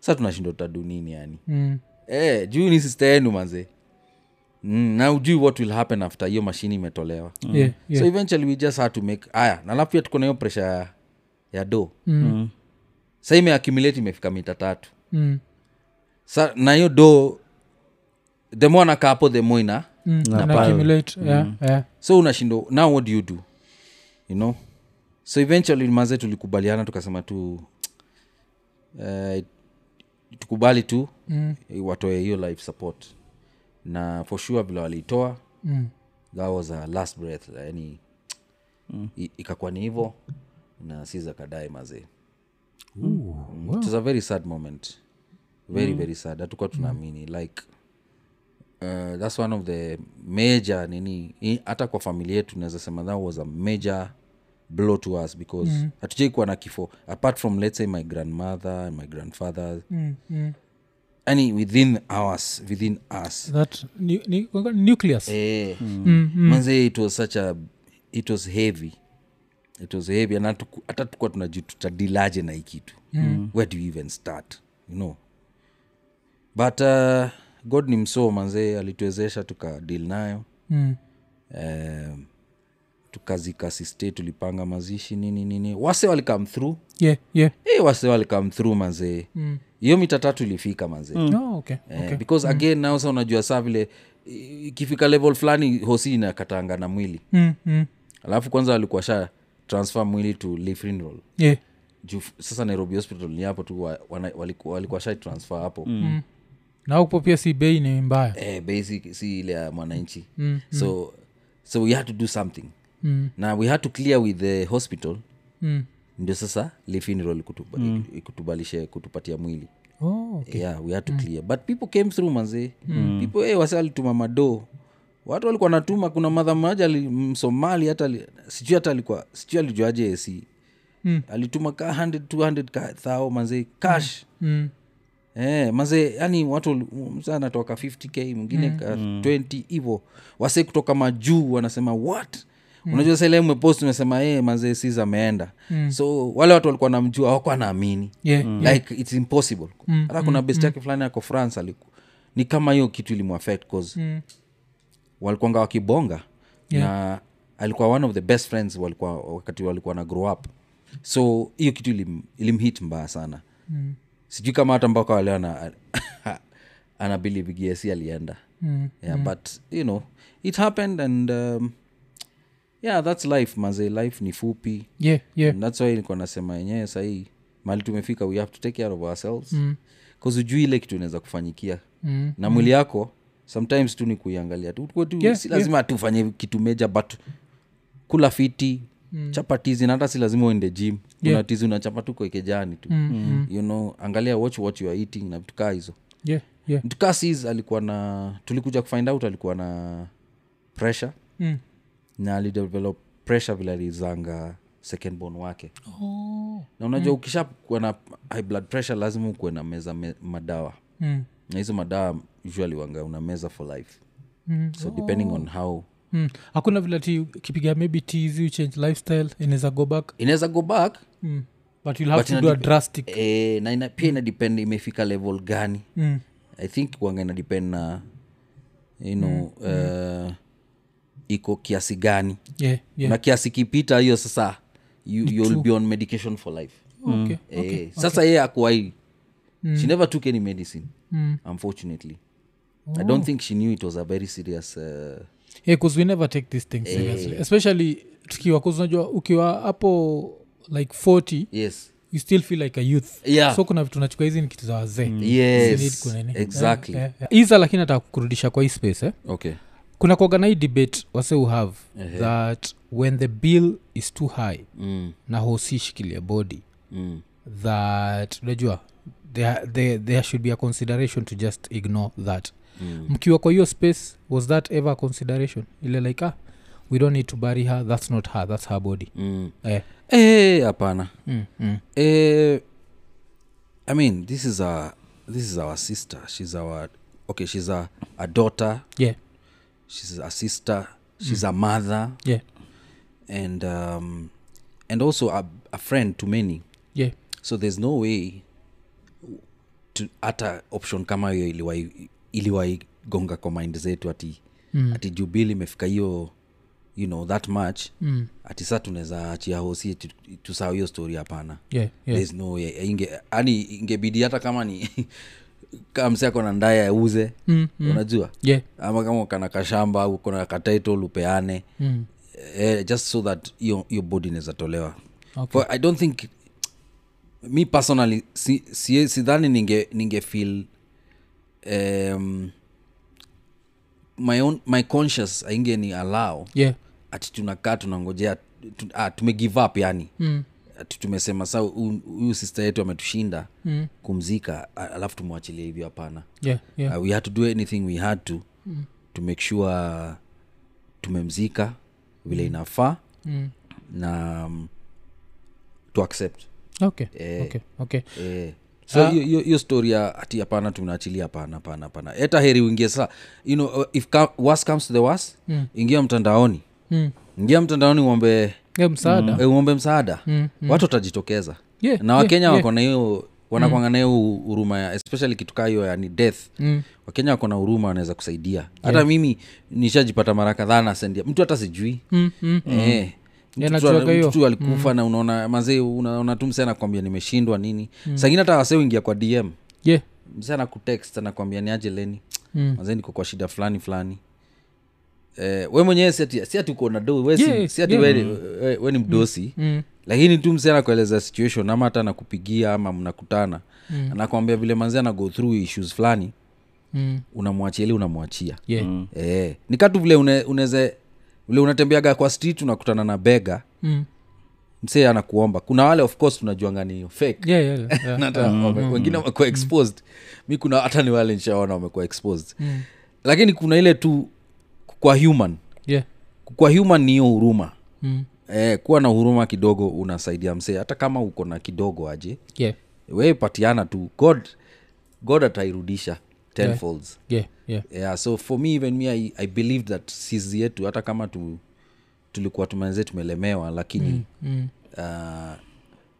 Speaker 3: sa tunashindo tadu nini yani
Speaker 1: Mm.
Speaker 3: eh, juu ni sista yenu manze mm, na ujui what will happen after hiyo mashini imetolewa
Speaker 1: Yeah, Mm. yeah.
Speaker 3: Mm. so eventually we just had to make aya na alafu pia tuko na hiyo presha ya, ya do
Speaker 1: Mm.
Speaker 3: sa imeakumulate imefika mita tatu
Speaker 1: Mm.
Speaker 3: sa na hiyo do demo anakaa hapo demo ina
Speaker 1: Mm. Na accumulate, yeah, yeah.
Speaker 3: so unashindo now what do you do you know so eventually maze tulikubaliana tukasema tu eh, tukubali tu
Speaker 1: Mm.
Speaker 3: eh, watoe hiyo life support na for sure vile waliitoa
Speaker 1: Mm.
Speaker 3: that was a last breath yani i- ikakuwa ni hivo na siza kadai mazee wow. it was a very sad moment very mm. very sad hatukuwa tunaamini like uh, that's one of the major nini i- hata kwa familia yetu naweza sema that was a major blow to us because mm. hatujai kuwa na kifo apart from let's say my grandmother and my grandfather
Speaker 1: Mm. Mm.
Speaker 3: yani within ours within us
Speaker 1: that nu- ni- kwanga- nucleus
Speaker 3: eh,
Speaker 1: Mm,
Speaker 3: manze it was such a it was heavy it was heavy and hatu- hata tukuwa tunajua tutadilaje na hii kitu Mm. where do you even start you know but uh, god ni msoo manzee alituwezesha tukadil nayo
Speaker 1: Mm.
Speaker 3: um, tukazikasiste tulipanga mazishi nini nini wase walikam through
Speaker 1: yeah yeah
Speaker 3: hey, wase walikam through manzee
Speaker 1: Mm.
Speaker 3: hiyo mita tatu ilifika manzee
Speaker 1: No, Oh, okay Mm.
Speaker 3: Eh, because again now sa unajua saa vile i- ikifika level fulani hosi inakatanga na mwili
Speaker 1: Mm, mm.
Speaker 3: alafu kwanza walikuwa sha transfer mwili to Leaf Funeral.
Speaker 1: yeah
Speaker 3: Juu f- sasa nairobi hospital ni hapo tu wa- wana- waliku- walikuwa sha transfer hapo mm.
Speaker 1: na huko pia si bei ni mbaya
Speaker 3: eh, basic si ile ya mwananchi mm, so so we had to do something
Speaker 1: Mm.
Speaker 3: na we had to clear with the hospital
Speaker 1: mm.
Speaker 3: ndio sasa lifinirol ikutubalishe mm. ikutubalishe kutupatia mwili
Speaker 1: oh, okay.
Speaker 3: yeah we had to clear but people came through manzee mm. people hey, wase walituma madoo watu walikuwa natuma kuna madha mmoja ali- msomali hata ali- sijui hata alikuwa sijui alijuaje si mm. alituma ka 100 200 ka thao manzee cash
Speaker 1: mm.
Speaker 3: Eh, mazee yani watu wali- mm, mzee anatoka 50k mwingine ka 20 hivo wase kutoka majuu wanasema what unajua sasa ile mwepost umesema e mazee sis ameenda so wale watu walikuwa namjua awakwa naamini
Speaker 1: yeah.
Speaker 3: like its impossible
Speaker 1: Mm.
Speaker 3: hata kuna best yake fulani yako france aliku ni kama hiyo kitu ilimwafect cause
Speaker 1: Mm.
Speaker 3: walikuanga wakibonga na alikuwa one of the best friends walikuwa wakati walikuwa na grow up so hiyo kitu ilim, ilimhit mbaya sana mm. sijui kama hata mpaka waleo ana, *laughs* ana believe gsi alienda
Speaker 1: Mm.
Speaker 3: yeah, but you know it happened and um, yeah that's life maze life ni fupi
Speaker 1: yeah, yeah.
Speaker 3: And that's why nilikuwa nasema yenyewe sahii mali tumefika we have to take care of ourselves bcause ujui ile kitu inaweza kufanyikia
Speaker 1: Mm.
Speaker 3: na mwili yako sometimes tu ni kuiangalia tu Tukue tu
Speaker 1: Yeah,
Speaker 3: si lazima tufanye kitu meja but kula fiti mm. chapa tizi na hata si lazima uende gym kuna
Speaker 1: Yeah.
Speaker 3: tizi unachapa tu kwa kejani tu
Speaker 1: Mm.
Speaker 3: you know angalia watch what you are eating na vitu kaa hizo
Speaker 1: yeah, yeah.
Speaker 3: mtu kaa sis alikuwa na tulikuja kufind out alikuwa na pressure
Speaker 1: Mm.
Speaker 3: na alidevelop pressure vile alizanga second born wake
Speaker 1: Oh.
Speaker 3: na unajua ukishakuwa na high blood pressure lazima ukuwe na meza me, madawa
Speaker 1: Mm.
Speaker 3: na hizo madawa usually wanga una meza for life
Speaker 1: Mm.
Speaker 3: so depending on how
Speaker 1: Mm. hakuna vile ti ukipiga maybe tizi uchange lifestyle inaweza go back
Speaker 3: inaweza go back
Speaker 1: mm. but you'll have
Speaker 3: But
Speaker 1: to do a
Speaker 3: inadep-
Speaker 1: drastic
Speaker 3: eh, na ina, pia ina depend imefika level gani
Speaker 1: mm.
Speaker 3: i think wanga ina depend na you
Speaker 1: Mm.
Speaker 3: know, uh, iko kiasi gani
Speaker 1: yeah, yeah.
Speaker 3: na kiasi kipita hiyo sasa you, you'll be on medication for life
Speaker 1: okay. Mm.
Speaker 3: eh, sasa yeye akuwai she never took any medicine unfortunately
Speaker 1: Oh.
Speaker 3: i don't think she knew it was a very serious uh,
Speaker 1: yeah, Eh, 'cause we never take these
Speaker 3: Eh.
Speaker 1: things seriously especially tukiwa 'cause unajua ukiwa hapo like 40
Speaker 3: yes
Speaker 1: you still feel like a youth
Speaker 3: Yeah. Mm.
Speaker 1: so kuna vitu nachukua hizi ni kitu za wazee Zinid
Speaker 3: yes
Speaker 1: kunini.
Speaker 3: exactly
Speaker 1: Yeah, yeah. iza eh, lakini nataka kukurudisha kwa hii space eh?
Speaker 3: okay
Speaker 1: kuna kuaga na hii debate wase u have that when the bill is too high
Speaker 3: mm,
Speaker 1: na hosishikilie body
Speaker 3: mm.
Speaker 1: that unajua there, there, there should be a consideration to just ignore that
Speaker 3: Mm.
Speaker 1: mkiwa kwa hiyo space was that ever a consideration ile like ah, we don't need to bury her that's not her that's her body
Speaker 3: Mm.
Speaker 1: eh,
Speaker 3: Eh, hapana
Speaker 1: mm, mm,
Speaker 3: eh, i mean this is a this is our sister she's our okay she's a, a daughter
Speaker 1: yeah
Speaker 3: she's a sister
Speaker 1: Mm.
Speaker 3: she's a mother
Speaker 1: yeah
Speaker 3: and um, and also a, a friend to many
Speaker 1: yeah
Speaker 3: so there's no way to hata option kama hiyo iliwai- iliwaigonga kwa mind zetu ati mm. ati jubil imefika hiyo you know that much mm. ati saa tunaweza achia hosi tu- tusahau hiyo story hapana
Speaker 1: yeah yeah
Speaker 3: there's no way inge ani ingebidi hata kama ni *laughs* kamsi ako na ndaya auze mm, mm. unajua
Speaker 1: yeah
Speaker 3: ama kama ukana kashamba au kona katitle upeane
Speaker 1: mm.
Speaker 3: eh, just so that hiyo hiyo body inaweza tolewa
Speaker 1: Okay.
Speaker 3: For- i don't think mi personally si- si- sidhani ninge ninge feel um, my own my conscious ainge ni allow
Speaker 1: yeah
Speaker 3: ati tunakaa tunangojea tu, ah, tume give up yani mm. ati tumesema sa huyu sister yetu ametushinda mm. kumzika a- alafu tumwachilia hivyo hapana
Speaker 1: yeah yeah
Speaker 3: uh, we had to do anything we had to mm. to make sure tumemzika vile inafaa
Speaker 1: mm.
Speaker 3: na um, to accept
Speaker 1: okay
Speaker 3: Eh.
Speaker 1: okay okay Ah.
Speaker 3: eh. so hiyo hiyo- hiyo story ya ati hapana tunaachilia hapana hapana hapana hata heri uingie sasa you know, uh, if co- worst comes to the worst mm. ingia mtandaoni
Speaker 1: mm.
Speaker 3: ingia mtandaoni uombe
Speaker 1: yeah, msaada
Speaker 3: eh, uombe msaada mm, mm. watu watajitokeza
Speaker 1: Yeah, Mm.
Speaker 3: na wakenya yeah, wako na hiyo wanakwanga na hiyo huruma ya especially kitukaa hiyo yani death mm. wakenya wako na huruma wanaweza kusaidia hata mimi nishajipata mara kadhaa nasendia mtu hata sijui
Speaker 1: mm, mm.
Speaker 3: Eh. Mtu tu-
Speaker 1: najuaga hiyo. Mm.
Speaker 3: mtu tu alikufa na unaona mazee unaona tu msee anakwambia nimeshindwa nini mm. sangine hata wasee uingia kwa dm
Speaker 1: yeah
Speaker 3: msee anakutext anakwambia niaje leni
Speaker 1: Mm.
Speaker 3: mazee niko kwa shida fulani fulani eh, we mwenyewe si ati- si ati uko na do we si-
Speaker 1: Yeah,
Speaker 3: si ati
Speaker 1: yeah.
Speaker 3: we- we- we ni mdosi
Speaker 1: mm.
Speaker 3: lakini tu msee anakueleza situation
Speaker 1: Hmm.
Speaker 3: ama hata anakupigia ama mnakutana mm. anakwambia vile manzee ana go through issues fulani
Speaker 1: mm.
Speaker 3: unamwachia ile unamwachia
Speaker 1: yeah.
Speaker 3: e, ni katu vile une- uneze vile unatembeaga kwa street unakutana na bega
Speaker 1: Mm.
Speaker 3: msee anakuomba kuna wale of course tunajuanga ni fake
Speaker 1: Yeah, yeah, yeah, yeah. *laughs*
Speaker 3: Na hata wame- wengine wamekuwa
Speaker 1: Mm.
Speaker 3: exposed mi kuna hata ni wale nishaona wamekuwa exposed
Speaker 1: Mm.
Speaker 3: lakini kuna ile tu kwa human
Speaker 1: Yeah.
Speaker 3: kwa human ni hiyo huruma
Speaker 1: Mm.
Speaker 3: eh, kuwa na huruma kidogo unasaidia msee hata kama uko na kidogo aje
Speaker 1: Yeah.
Speaker 3: wewe patiana tu god god atairudisha tenfolds
Speaker 1: Yeah. Yeah.
Speaker 3: yeah. so for me even me i, I believe that sizi yetu hata kama tu, tulikuwa tumeze tumelemewa lakini mm.
Speaker 1: Mm.
Speaker 3: uh,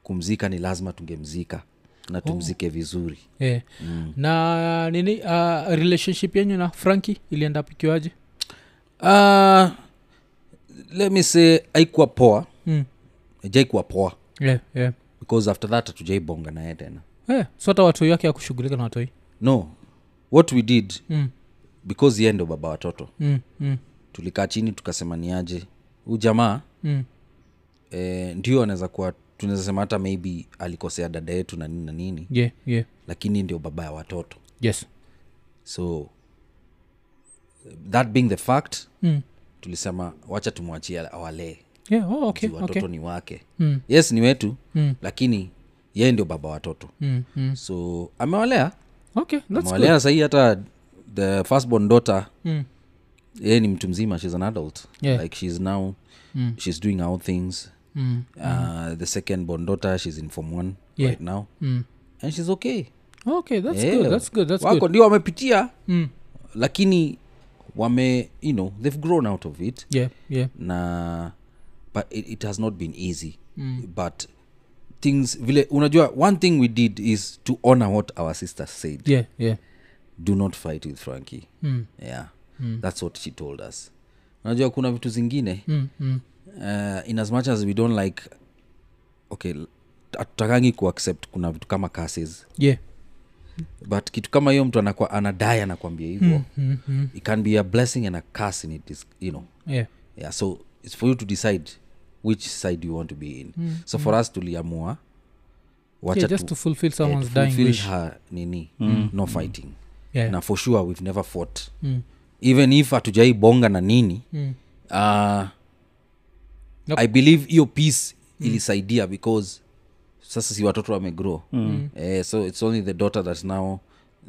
Speaker 3: kumzika ni lazima tungemzika na
Speaker 1: Oh.
Speaker 3: tumzike vizuri
Speaker 1: Yeah.
Speaker 3: Mm.
Speaker 1: na nini uh, relationship yenyu na franki ilienda pikiwaje
Speaker 3: uh, let me say haikuwa poa
Speaker 1: mm.
Speaker 3: ijaikuwa poa
Speaker 1: yeah, yeah.
Speaker 3: because after that hatujaibonga naye tena
Speaker 1: yeah. Eh, so hata watoi wake ya kushughulika na watoi
Speaker 3: no what we did
Speaker 1: mm.
Speaker 3: because yeye ndo baba watoto
Speaker 1: Mm. Mm.
Speaker 3: tulikaa chini tukasema niaje huu jamaa
Speaker 1: Mm.
Speaker 3: eh, ndio anaweza kuwa tunaweza sema hata maybe alikosea dada yetu na nini na nini
Speaker 1: Yeah. Yeah.
Speaker 3: lakini ndio baba ya watoto
Speaker 1: yes
Speaker 3: so that being the fact
Speaker 1: mm.
Speaker 3: tulisema wacha tumwachie awalee
Speaker 1: yeah. oh, okay.
Speaker 3: juu watoto
Speaker 1: okay.
Speaker 3: ni wake
Speaker 1: Mm.
Speaker 3: yes ni wetu
Speaker 1: Mm.
Speaker 3: lakini yeye ndio baba watoto
Speaker 1: Mm. Mm.
Speaker 3: so amewalea
Speaker 1: okay that's good
Speaker 3: amewalea sahii hata the firstborn daughter
Speaker 1: mm.
Speaker 3: yeye ni mtu mzima shes an adult
Speaker 1: Yeah.
Speaker 3: like shes now mm. shes doing our things
Speaker 1: Mm.
Speaker 3: uh, the second born daughter shes in form one
Speaker 1: Yeah.
Speaker 3: right now
Speaker 1: Mm.
Speaker 3: and shes okay
Speaker 1: okay that's
Speaker 3: Yeah.
Speaker 1: good that's good that's
Speaker 3: wako
Speaker 1: good
Speaker 3: ndio wamepitia
Speaker 1: mm.
Speaker 3: lakini wame you know they've grown out of it
Speaker 1: yeah yeah
Speaker 3: na but it, it has not been easy mm. but things vile unajua one thing we did is to honor what our sister said
Speaker 1: yeah yeah
Speaker 3: do not fight with frankie
Speaker 1: mm.
Speaker 3: yeah mm. that's what she told us unajua kuna vitu zingine
Speaker 1: Mm. Mm.
Speaker 3: uh, in as much as we don't like okay hatutakangi kuaccept kuna vitu kama cases
Speaker 1: yeah
Speaker 3: but kitu kama hiyo mtu anakwa anadai anakwambia hivyo
Speaker 1: mm. Mm.
Speaker 3: it can be a blessing and a curse in it is, you know
Speaker 1: yeah
Speaker 3: yeah so it's for you to decide which side you want to be in mm, so for us tuliamua wacha
Speaker 1: yeah, Hmm, just
Speaker 3: tu-
Speaker 1: to fulfill
Speaker 3: eh,
Speaker 1: someone's
Speaker 3: to
Speaker 1: dying
Speaker 3: fulfill
Speaker 1: wish
Speaker 3: her nini no fighting
Speaker 1: yeah.
Speaker 3: na for sure we've never fought
Speaker 1: Eh. Mm.
Speaker 3: even if hatujai bonga na nini
Speaker 1: Mm.
Speaker 3: uh,
Speaker 1: Nope. Mm.
Speaker 3: i believe hiyo peace ilisaidia because sasa si watoto wamegrow mm. eh, so it's only the daughter that's now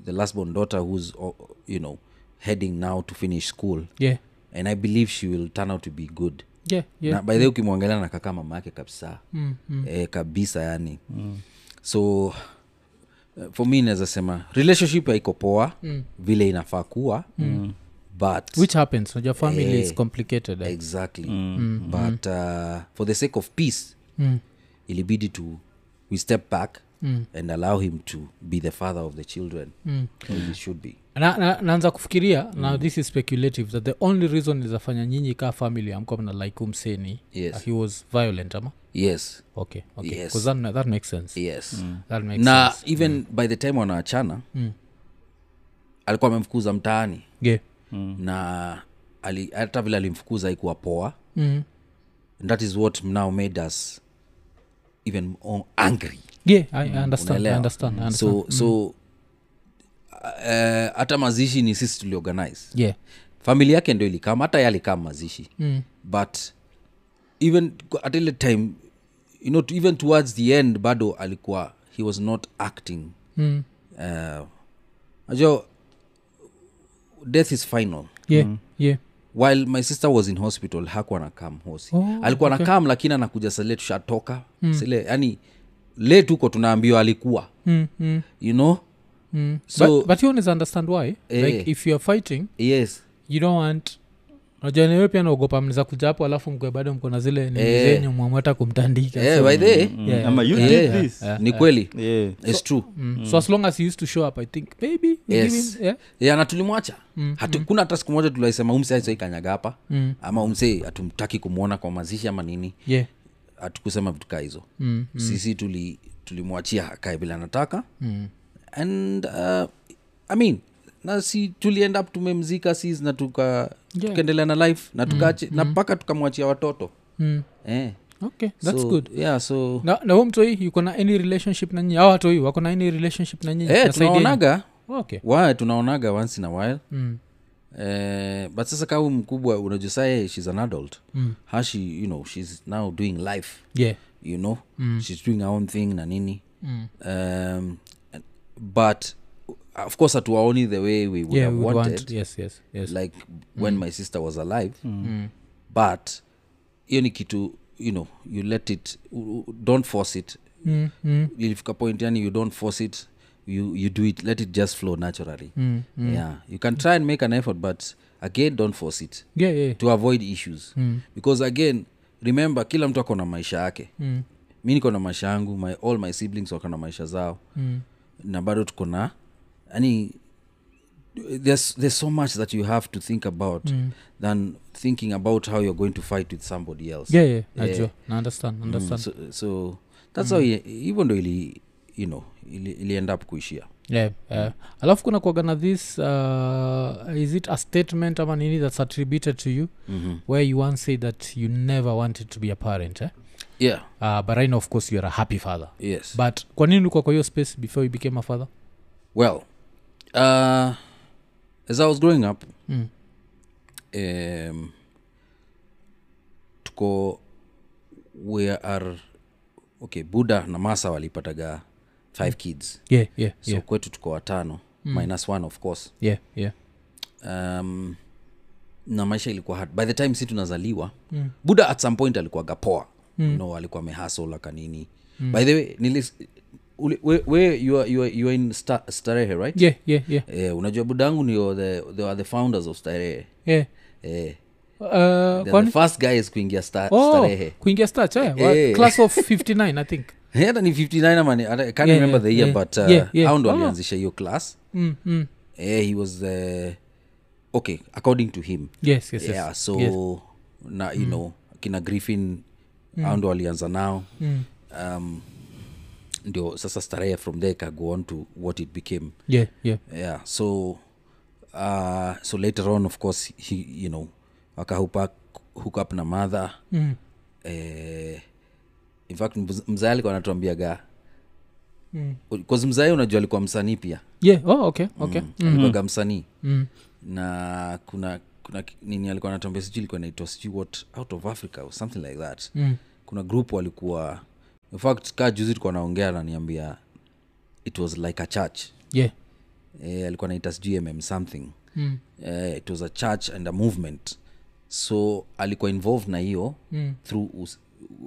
Speaker 3: the lastborn daughter who's o- you know heading now to finish school
Speaker 1: yeah
Speaker 3: and i believe she will turn out to be good
Speaker 1: yeah yeah
Speaker 3: na by the way ukimwangalia nakakaa mama yake kabisa
Speaker 1: mm. Mm.
Speaker 3: eh, kabisa yani mm. so uh, for me naweza sema relationship haiko poa mm. vile inafaa kuwa mm. but
Speaker 1: which happens your family is
Speaker 3: Eh.
Speaker 1: complicated eh?
Speaker 3: exactly mm. but uh, for the sake of peace
Speaker 1: mm.
Speaker 3: ilibidi to we step back mm. and allow him to be the father of the children mm. it should be
Speaker 1: na, na, naanza kufikiria mm. na this is speculative that the only reason ilizafanya nyinyi kaa family amkuwa mnalike umseni
Speaker 3: Yes.
Speaker 1: he was violent ama
Speaker 3: yes
Speaker 1: okay okay
Speaker 3: Yes.
Speaker 1: 'Cause that, that makes sense
Speaker 3: yes mm.
Speaker 1: that makes
Speaker 3: na
Speaker 1: sense.
Speaker 3: even by the time wanaachana mm. alikuwa amemfukuza mtaani
Speaker 1: yeah.
Speaker 3: na ali, hata vile alimfukuza ikuwa poa
Speaker 1: mm.
Speaker 3: and that is what now made us even more angry
Speaker 1: yeah i, I understand, I
Speaker 3: Mm, Unaelewa? Mm,
Speaker 1: understand, I understand. Mm.
Speaker 3: so so uh, hata mazishi ni sisi tuliorganize
Speaker 1: yeah
Speaker 3: famili yake ndo ilikama hata ye alikama mazishi
Speaker 1: mm.
Speaker 3: but even kwa- at ile time you know, to- even towards the end bado alikuwa he was not acting
Speaker 1: Mm.
Speaker 3: uh, najua death is final
Speaker 1: yeah yeah
Speaker 3: while my sister was in hospital hakuwa na kam hosi
Speaker 1: Oh, Hmm.
Speaker 3: alikuwa na kam lakini anakuja sale tushatoka mm. sile yani le tuko tunaambiwa alikuwa
Speaker 1: mm. Mm.
Speaker 3: you know
Speaker 1: Mm.
Speaker 3: So-
Speaker 1: but, but you always understand why like
Speaker 3: Eh.
Speaker 1: if you are fighting
Speaker 3: yes
Speaker 1: you don't want najanewe pia naogopa mnaweza kuja hapo alafu mkwe bado mko na zile nini
Speaker 3: Eh.
Speaker 1: zenyu mwamwata kumtandika
Speaker 3: yeah,
Speaker 1: so,
Speaker 3: Eh, by the way,
Speaker 2: Mm.
Speaker 1: Yeah,
Speaker 2: Ama, you
Speaker 3: yeah,
Speaker 2: did
Speaker 3: yeah,
Speaker 2: this
Speaker 1: yeah.
Speaker 3: ni kweli
Speaker 2: yeah
Speaker 3: its true
Speaker 1: mm. so as long as he used to show up i think maybe we
Speaker 3: Yes.
Speaker 1: give him, yeah?
Speaker 3: yeah, na tulimwacha
Speaker 1: Hmm,
Speaker 3: hatukuna hata siku moja tulaisema umse aisaikanyaga hapa
Speaker 1: Mm.
Speaker 3: ama umse hatumtaki kumwona kwa mazishi ama nini
Speaker 1: Yeah.
Speaker 3: hatukusema vitu kaa hizo
Speaker 1: Mm.
Speaker 3: sisi tuli tulimwachia akae vile anataka
Speaker 1: Mm.
Speaker 3: and uh, i mean na si tulienda up tumemzika sis na tuka tukaendelea na life na tukache na mpaka tukamwachia watoto
Speaker 1: Mm.
Speaker 3: eh.
Speaker 1: okay that's
Speaker 3: so,
Speaker 1: good
Speaker 3: yeah so
Speaker 1: na na huo mtoi yuko na any relationship na nyinyi au hatoi wako na any relationship na nyinyi
Speaker 3: eh,
Speaker 1: Nasaidieni?
Speaker 3: tunaonaga
Speaker 1: okay
Speaker 3: waya tunaonaga once in a while
Speaker 1: mm.
Speaker 3: eh, but sasa kahu mkubwa unajua saye shes an adult mm. hashi you know shes now doing life
Speaker 1: yeah
Speaker 3: you know mm. shes doing her own thing na nini
Speaker 1: Mm.
Speaker 3: um, but of course hatuwaoni the way we would
Speaker 1: yeah
Speaker 3: have
Speaker 1: we would
Speaker 3: wanted
Speaker 1: want yes yes yes Mm.
Speaker 3: like when my sister was alive mm. but hiyo ni kitu you know you let it u- u- don't force it
Speaker 1: mm, mm,
Speaker 3: ilifika point yani you don't force it you, you do it let it just flow naturally
Speaker 1: mm, mm.
Speaker 3: yeah you can try and make an effort but again don't force it
Speaker 1: yeah yeah
Speaker 3: to avoid issues mm. because again remember kila mtu ako na maisha yake
Speaker 1: mm,
Speaker 3: mi niko na maisha yangu my, all my siblings wako na maisha zao
Speaker 1: mm,
Speaker 3: na bado tuko na yani there's, there's so much that you have to think about mm. than thinking about how you're going to fight with somebody else
Speaker 1: yeah yeah najua na understand understand
Speaker 3: Mm, so, so that's mm. how i- hivyo ndo ili you know ili, ili end up kuishia
Speaker 1: yeah, yeah. alafu kuna kuaga na this uh, is it a statement ama nini that's attributed to you
Speaker 3: mm-hmm.
Speaker 1: where you once said that you never wanted to be a parent eh?
Speaker 3: yeah
Speaker 1: uh, but right now of course you are a happy father
Speaker 3: yes
Speaker 1: but kwa nini ulikuwa kwa hiyo space before you became a father
Speaker 3: well uh, as i was growing up
Speaker 1: Mm.
Speaker 3: um, tuko we are okay buddha na masa walipataga five kids
Speaker 1: yeah yeah
Speaker 3: so
Speaker 1: yeah
Speaker 3: kwetu tuko watano mm. minus one of course
Speaker 1: yeah yeah
Speaker 3: um, na maisha ilikuwa hard by the time si tunazaliwa mm. buda at some point alikuwaga poa mm. no alikuwa amehasol akanini mm. by the way nilis, ule, we, we you are, you are, you are in sta, starehe right
Speaker 1: yeah yeah yeah
Speaker 3: eh, unajua buda yangu ndio the, they are the founders of starehe
Speaker 1: yeah
Speaker 3: eh,
Speaker 1: Uh,
Speaker 3: they are
Speaker 1: kwani
Speaker 3: the first guys kuingia sta,
Speaker 1: oh,
Speaker 3: starehe
Speaker 1: kuingia stach eh?
Speaker 3: Eh.
Speaker 1: Wa- class of 59 i
Speaker 3: *laughs*
Speaker 1: think
Speaker 3: hata ni 59 ama ni- I can't
Speaker 1: Yeah,
Speaker 3: remember the year
Speaker 1: yeah,
Speaker 3: but uh,
Speaker 1: yeah, yeah.
Speaker 3: hao ndo
Speaker 1: Oh.
Speaker 3: alianzisha hiyo class
Speaker 1: mm, mm.
Speaker 3: eh, he was the okay according to him
Speaker 1: yes yes, yes.
Speaker 3: yeah so
Speaker 1: yes. Mm.
Speaker 3: na you know kina griffin mm. au ndo alianza nao mm. um, ndio sasa starehe from there ikago on to what it became
Speaker 1: yeah yeah
Speaker 3: yeah so uh, so later on of course he, you know wakahupa hook up na mother
Speaker 1: mm.
Speaker 3: eh, in fact mz- mzae alikuwa anatuambiaga mm. mzae unajua alikuwa msanii pia
Speaker 1: yeah oh okay okay
Speaker 3: mm. alikuwaga msanii
Speaker 1: Mm.
Speaker 3: na kuna kuna ki- nini alikuwa anatambia sijui ilikuwa naitwa sijui what out of africa or something like that
Speaker 1: Mm.
Speaker 3: kuna group walikuwa in fact kaa juzi tulikuwa naongea ananiambia it was like a church
Speaker 1: yeah
Speaker 3: eh, alikuwa naita sijui mm something
Speaker 1: mm.
Speaker 3: eh, it was a church and a movement so alikuwa involved na hiyo
Speaker 1: Mm.
Speaker 3: through us,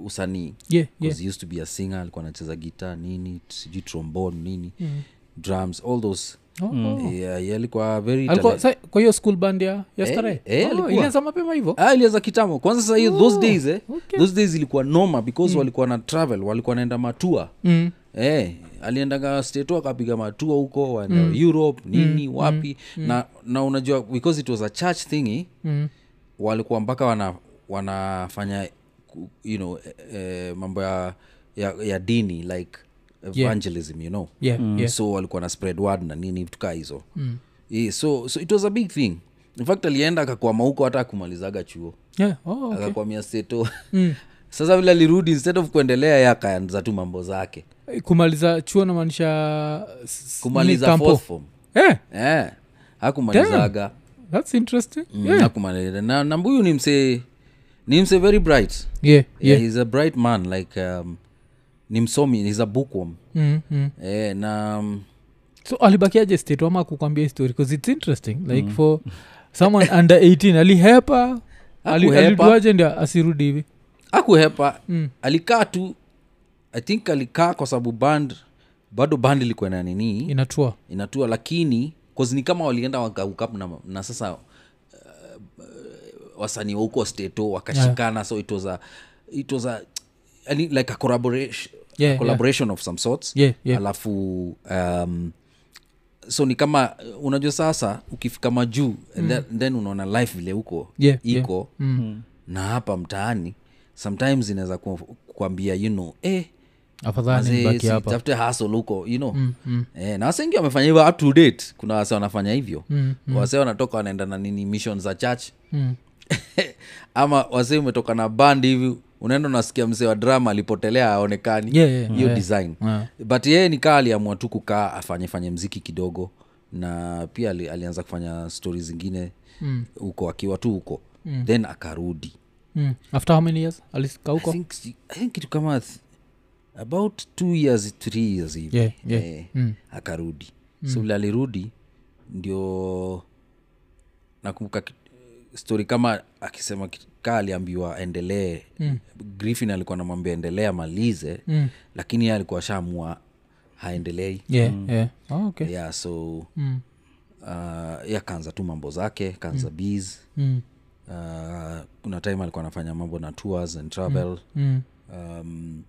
Speaker 3: usanii
Speaker 1: yeah yeah
Speaker 3: 'Cause he used to be a singer alikuwa anacheza gita nini sijui trombone nini mm. drums all those
Speaker 1: Oh, oh.
Speaker 3: yeah, yeah, alikuwa very
Speaker 1: Alikuwa-
Speaker 3: talent-
Speaker 1: sa- kwa hiyo school band ya ya
Speaker 3: Eh,
Speaker 1: starehe Oh,
Speaker 3: eh, alikuwa.
Speaker 1: ilianza mapema hivyo
Speaker 3: Ah, ilianza kitambo kwanza sasa hiyo those days eh,
Speaker 1: okay.
Speaker 3: those days ilikuwa noma because mm. walikuwa na travel walikuwa naenda matua
Speaker 1: mm.
Speaker 3: eh, aliendaga state akapiga matua huko waenda
Speaker 1: Mm.
Speaker 3: europe nini wapi na na unajua because it was a church thingi
Speaker 1: Mm.
Speaker 3: walikuwa mpaka wana wanafanya ku- you know eh, eh, mambo ya, ya ya dini like evangelism you know
Speaker 1: yeah yeah
Speaker 3: Mm, so walikuwa na spread word na nini tukaa hizo mm. yeah, so, so it was a big thing in fact alienda akakwama huko hata akumalizaga chuo
Speaker 1: yeah oh, okay. Mm. *laughs*
Speaker 3: akakwamia seto sasa vile alirudi instead of kuendelea ye akaanza tu mambo zake
Speaker 1: Eh, kumaliza chuo namaanisha s- ni
Speaker 3: kumaliza
Speaker 1: kampo.
Speaker 3: fourth form
Speaker 1: Eh,
Speaker 3: eh, hakumalizaga
Speaker 1: that's interesting
Speaker 3: mm, hakumaliza na, na mbuyu ni msee ni msee very bright
Speaker 1: yeah
Speaker 3: yeah, he's a bright man like um, ni msomi he's a bookworm
Speaker 1: mm, mm.
Speaker 3: eh, na um,
Speaker 1: so alibakiaje state ama kukwambia histori bcause its interesting like mm. for someone under 18
Speaker 3: *laughs*
Speaker 1: alihepa Ali-
Speaker 3: Hakuhepa.
Speaker 1: aliduaje ndio asirudi hivi
Speaker 3: akuhepa mm. alikaa tu i think alikaa kwa sababu band bado band ilikuwa na nini
Speaker 1: inatua
Speaker 3: inatua lakini cause ni kama walienda wakaukap na, na sasa uh, wasanii wa huko steto wakashikana yeah. so it was a, it was a, yani like a collaboration,
Speaker 1: Yeah,
Speaker 3: a collaboration of some sorts
Speaker 1: Yeah, yeah.
Speaker 3: alafu um, so ni kama unajua sasa ukifika majuu mm. then, then unaona life vile huko
Speaker 1: Yeah, yeah.
Speaker 3: iko Mm. na hapa mtaani sometimes inaweza ku- kuambia you know eh,
Speaker 1: afadhali
Speaker 3: mazee,
Speaker 1: baki
Speaker 3: si-
Speaker 1: hapa
Speaker 3: tafute hasol huko you know mm, mm. Eh, na wasengi wamefanya hivyo up to date kuna wase wanafanya hivyo mm, mm. wase wanatoka wanaenda na nini mission za church
Speaker 1: Mm.
Speaker 3: *laughs* ama wase umetoka na band hivi unaenda unasikia mzee wa drama alipotelea aonekani
Speaker 1: Yeah, yeah,
Speaker 3: hiyo
Speaker 1: yeah.
Speaker 3: design
Speaker 1: Yeah.
Speaker 3: but yeye ni kaa aliamua tu kukaa afanyefanye mziki kidogo na pia ali, alianza kufanya stori zingine huko mm. akiwa tu huko mm. then akarudi
Speaker 1: mm. after how many years alisika
Speaker 3: I
Speaker 1: huko
Speaker 3: think, si- I think kitu kama th- about two years three years hivi
Speaker 1: Yeah, yeah.
Speaker 3: Eh,
Speaker 1: Mm.
Speaker 3: akarudi so vile alirudi ndio nakumbuka ki- story kama akisema ki- ka aliambiwa endelee mm. griffin alikuwa anamwambia endelee amalize mm. lakini yeye alikuwa ashaamua haendelei
Speaker 1: yeah, yeah. Oh, okay.
Speaker 3: Hmm. yeah so
Speaker 1: Mm.
Speaker 3: uh, ya kaanza tu mambo zake kaanza mm. bees
Speaker 1: Mm.
Speaker 3: uh, kuna time alikuwa anafanya mambo na tours and travel
Speaker 1: Mm.
Speaker 3: um,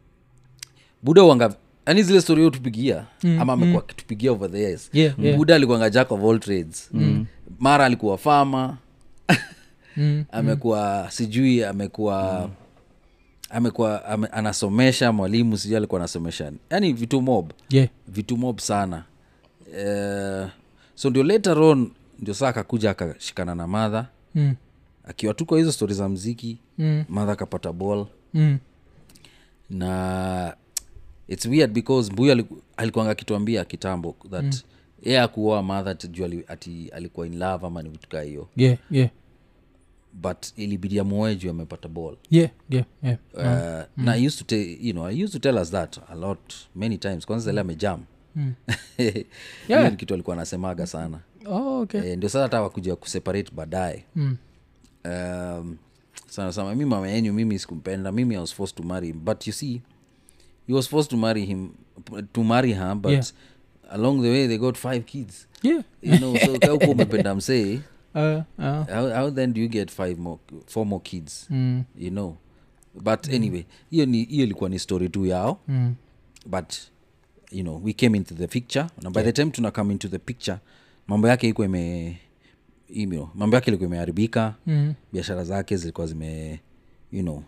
Speaker 3: buda uanga yani zile story utupigia mm, ama amekuwa akitupigia over the years Mm.
Speaker 1: Yeah, yeah.
Speaker 3: buda alikuanga jack of all trades mm. mara alikuwa fama
Speaker 1: Mm.
Speaker 3: amekuwa sijui amekuwa mm. amekuwa ame, anasomesha mwalimu sijui alikuwa anasomesha yani vitu mob
Speaker 1: yeah
Speaker 3: vitu mob sana uh, so ndio later on ndio saa akakuja akashikana na madha
Speaker 1: mm.
Speaker 3: akiwa tu kwa hizo stori za mziki
Speaker 1: Mm.
Speaker 3: madha akapata ball
Speaker 1: Mm.
Speaker 3: na its weird because mbuyu aliku- alikuanga akituambia kitambo that mm. ye akuoa madha tijuu ati alikuwa in love ama ni vitu kaa hiyo
Speaker 1: yeah yeah
Speaker 3: but ilibidi amuoe juu amepata ball
Speaker 1: yeah yeah yeah
Speaker 3: Uh, na I used to te, you know, I used to tell us that a lot many times kwanza ile amejam *laughs* mm. yeah. kitu alikuwa anasemaga sana
Speaker 1: oh, okay
Speaker 3: Eh, ndio sasa hata wakuja kuseparate baadaye
Speaker 1: Mm.
Speaker 3: um, sana sana mi mama yenyu mimi sikumpenda mimi i was forced to marry him but you see he was forced to marry him to marry her but
Speaker 1: Yeah.
Speaker 3: along the way they got five kids
Speaker 1: yeah
Speaker 3: you know so kauko umependa msee
Speaker 1: uh, uh,
Speaker 3: how, how then do you get five more four more kids
Speaker 1: mm.
Speaker 3: you know but anyway hiyo ni hiyo ilikuwa ni story tu yao
Speaker 1: Mm.
Speaker 3: but you know we came into the picture na by the time tuna come into the picture mambo yake iko ime you know, mambo yake ilikuwa imeharibika
Speaker 1: Mm.
Speaker 3: biashara zake zilikuwa zime you know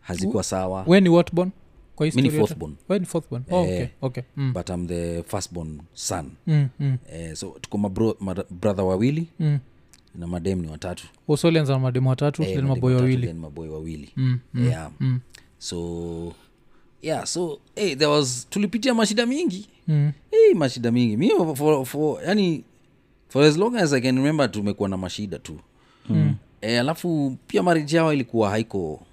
Speaker 3: hazikuwa sawa
Speaker 1: when you what born kwa
Speaker 3: Mi ni
Speaker 1: history yote?
Speaker 3: fourthborn.
Speaker 1: Wewe ni fourthborn oh, okay
Speaker 3: Eh.
Speaker 1: okay mm.
Speaker 3: but I'm the firstborn son
Speaker 1: Mm. Mm.
Speaker 3: eh, so tuko mabro, ma, brother wawili
Speaker 1: Mm.
Speaker 3: na madem ni watatu
Speaker 1: usolianza na mademu watatu
Speaker 3: Eh,
Speaker 1: then
Speaker 3: madem
Speaker 1: maboy
Speaker 3: watatu,
Speaker 1: wawili
Speaker 3: then maboy wawili
Speaker 1: Mm, mm,
Speaker 3: yeah.
Speaker 1: mm.
Speaker 3: so yeah so hey, there was tulipitia mashida mingi
Speaker 1: Mm.
Speaker 3: hey, mashida mingi mi for, for, yani, for as long as i can remember tumekuwa na mashida tu mm. e, alafu pia marriage yao ilikuwa haiko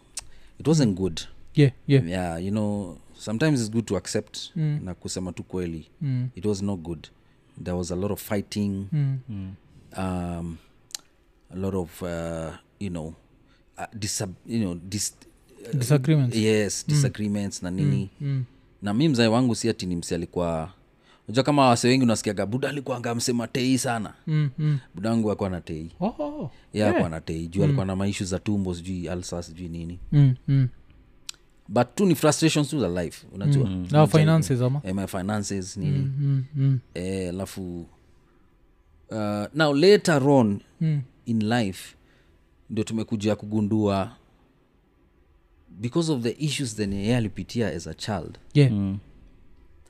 Speaker 3: it wasn't good
Speaker 1: yeah yeah
Speaker 3: yeah you know sometimes it's good to accept mm. na kusema tu kweli
Speaker 1: Mm.
Speaker 3: it was not good there was a lot of fighting
Speaker 1: Mm.
Speaker 3: um, a lot of uh, you know uh, disab, you know dis,
Speaker 1: disagreements
Speaker 3: yes disagreements na nini
Speaker 1: mm.
Speaker 3: na mi mzae wangu si ati ni msi alikuwa unajua kama wase wengi unasikiaga buda alikuanga msema tei sana
Speaker 1: Mm, mm.
Speaker 3: buda wangu akuwa na tei
Speaker 1: Oh.
Speaker 3: ye yeah. Hmm. akuwa na tei juu alikuwa na maishu za tumbo sijui alsa sijui nini
Speaker 1: Mm, mm.
Speaker 3: but tu ni frustrations tu za life unajua mm.
Speaker 1: na finances ama
Speaker 3: my finances nini mm.
Speaker 1: mm, mm.
Speaker 3: eh, alafu uh, now later on
Speaker 1: Mm.
Speaker 3: in life ndio tumekuja kugundua because of the issues thenye ye alipitia as a child
Speaker 1: yeah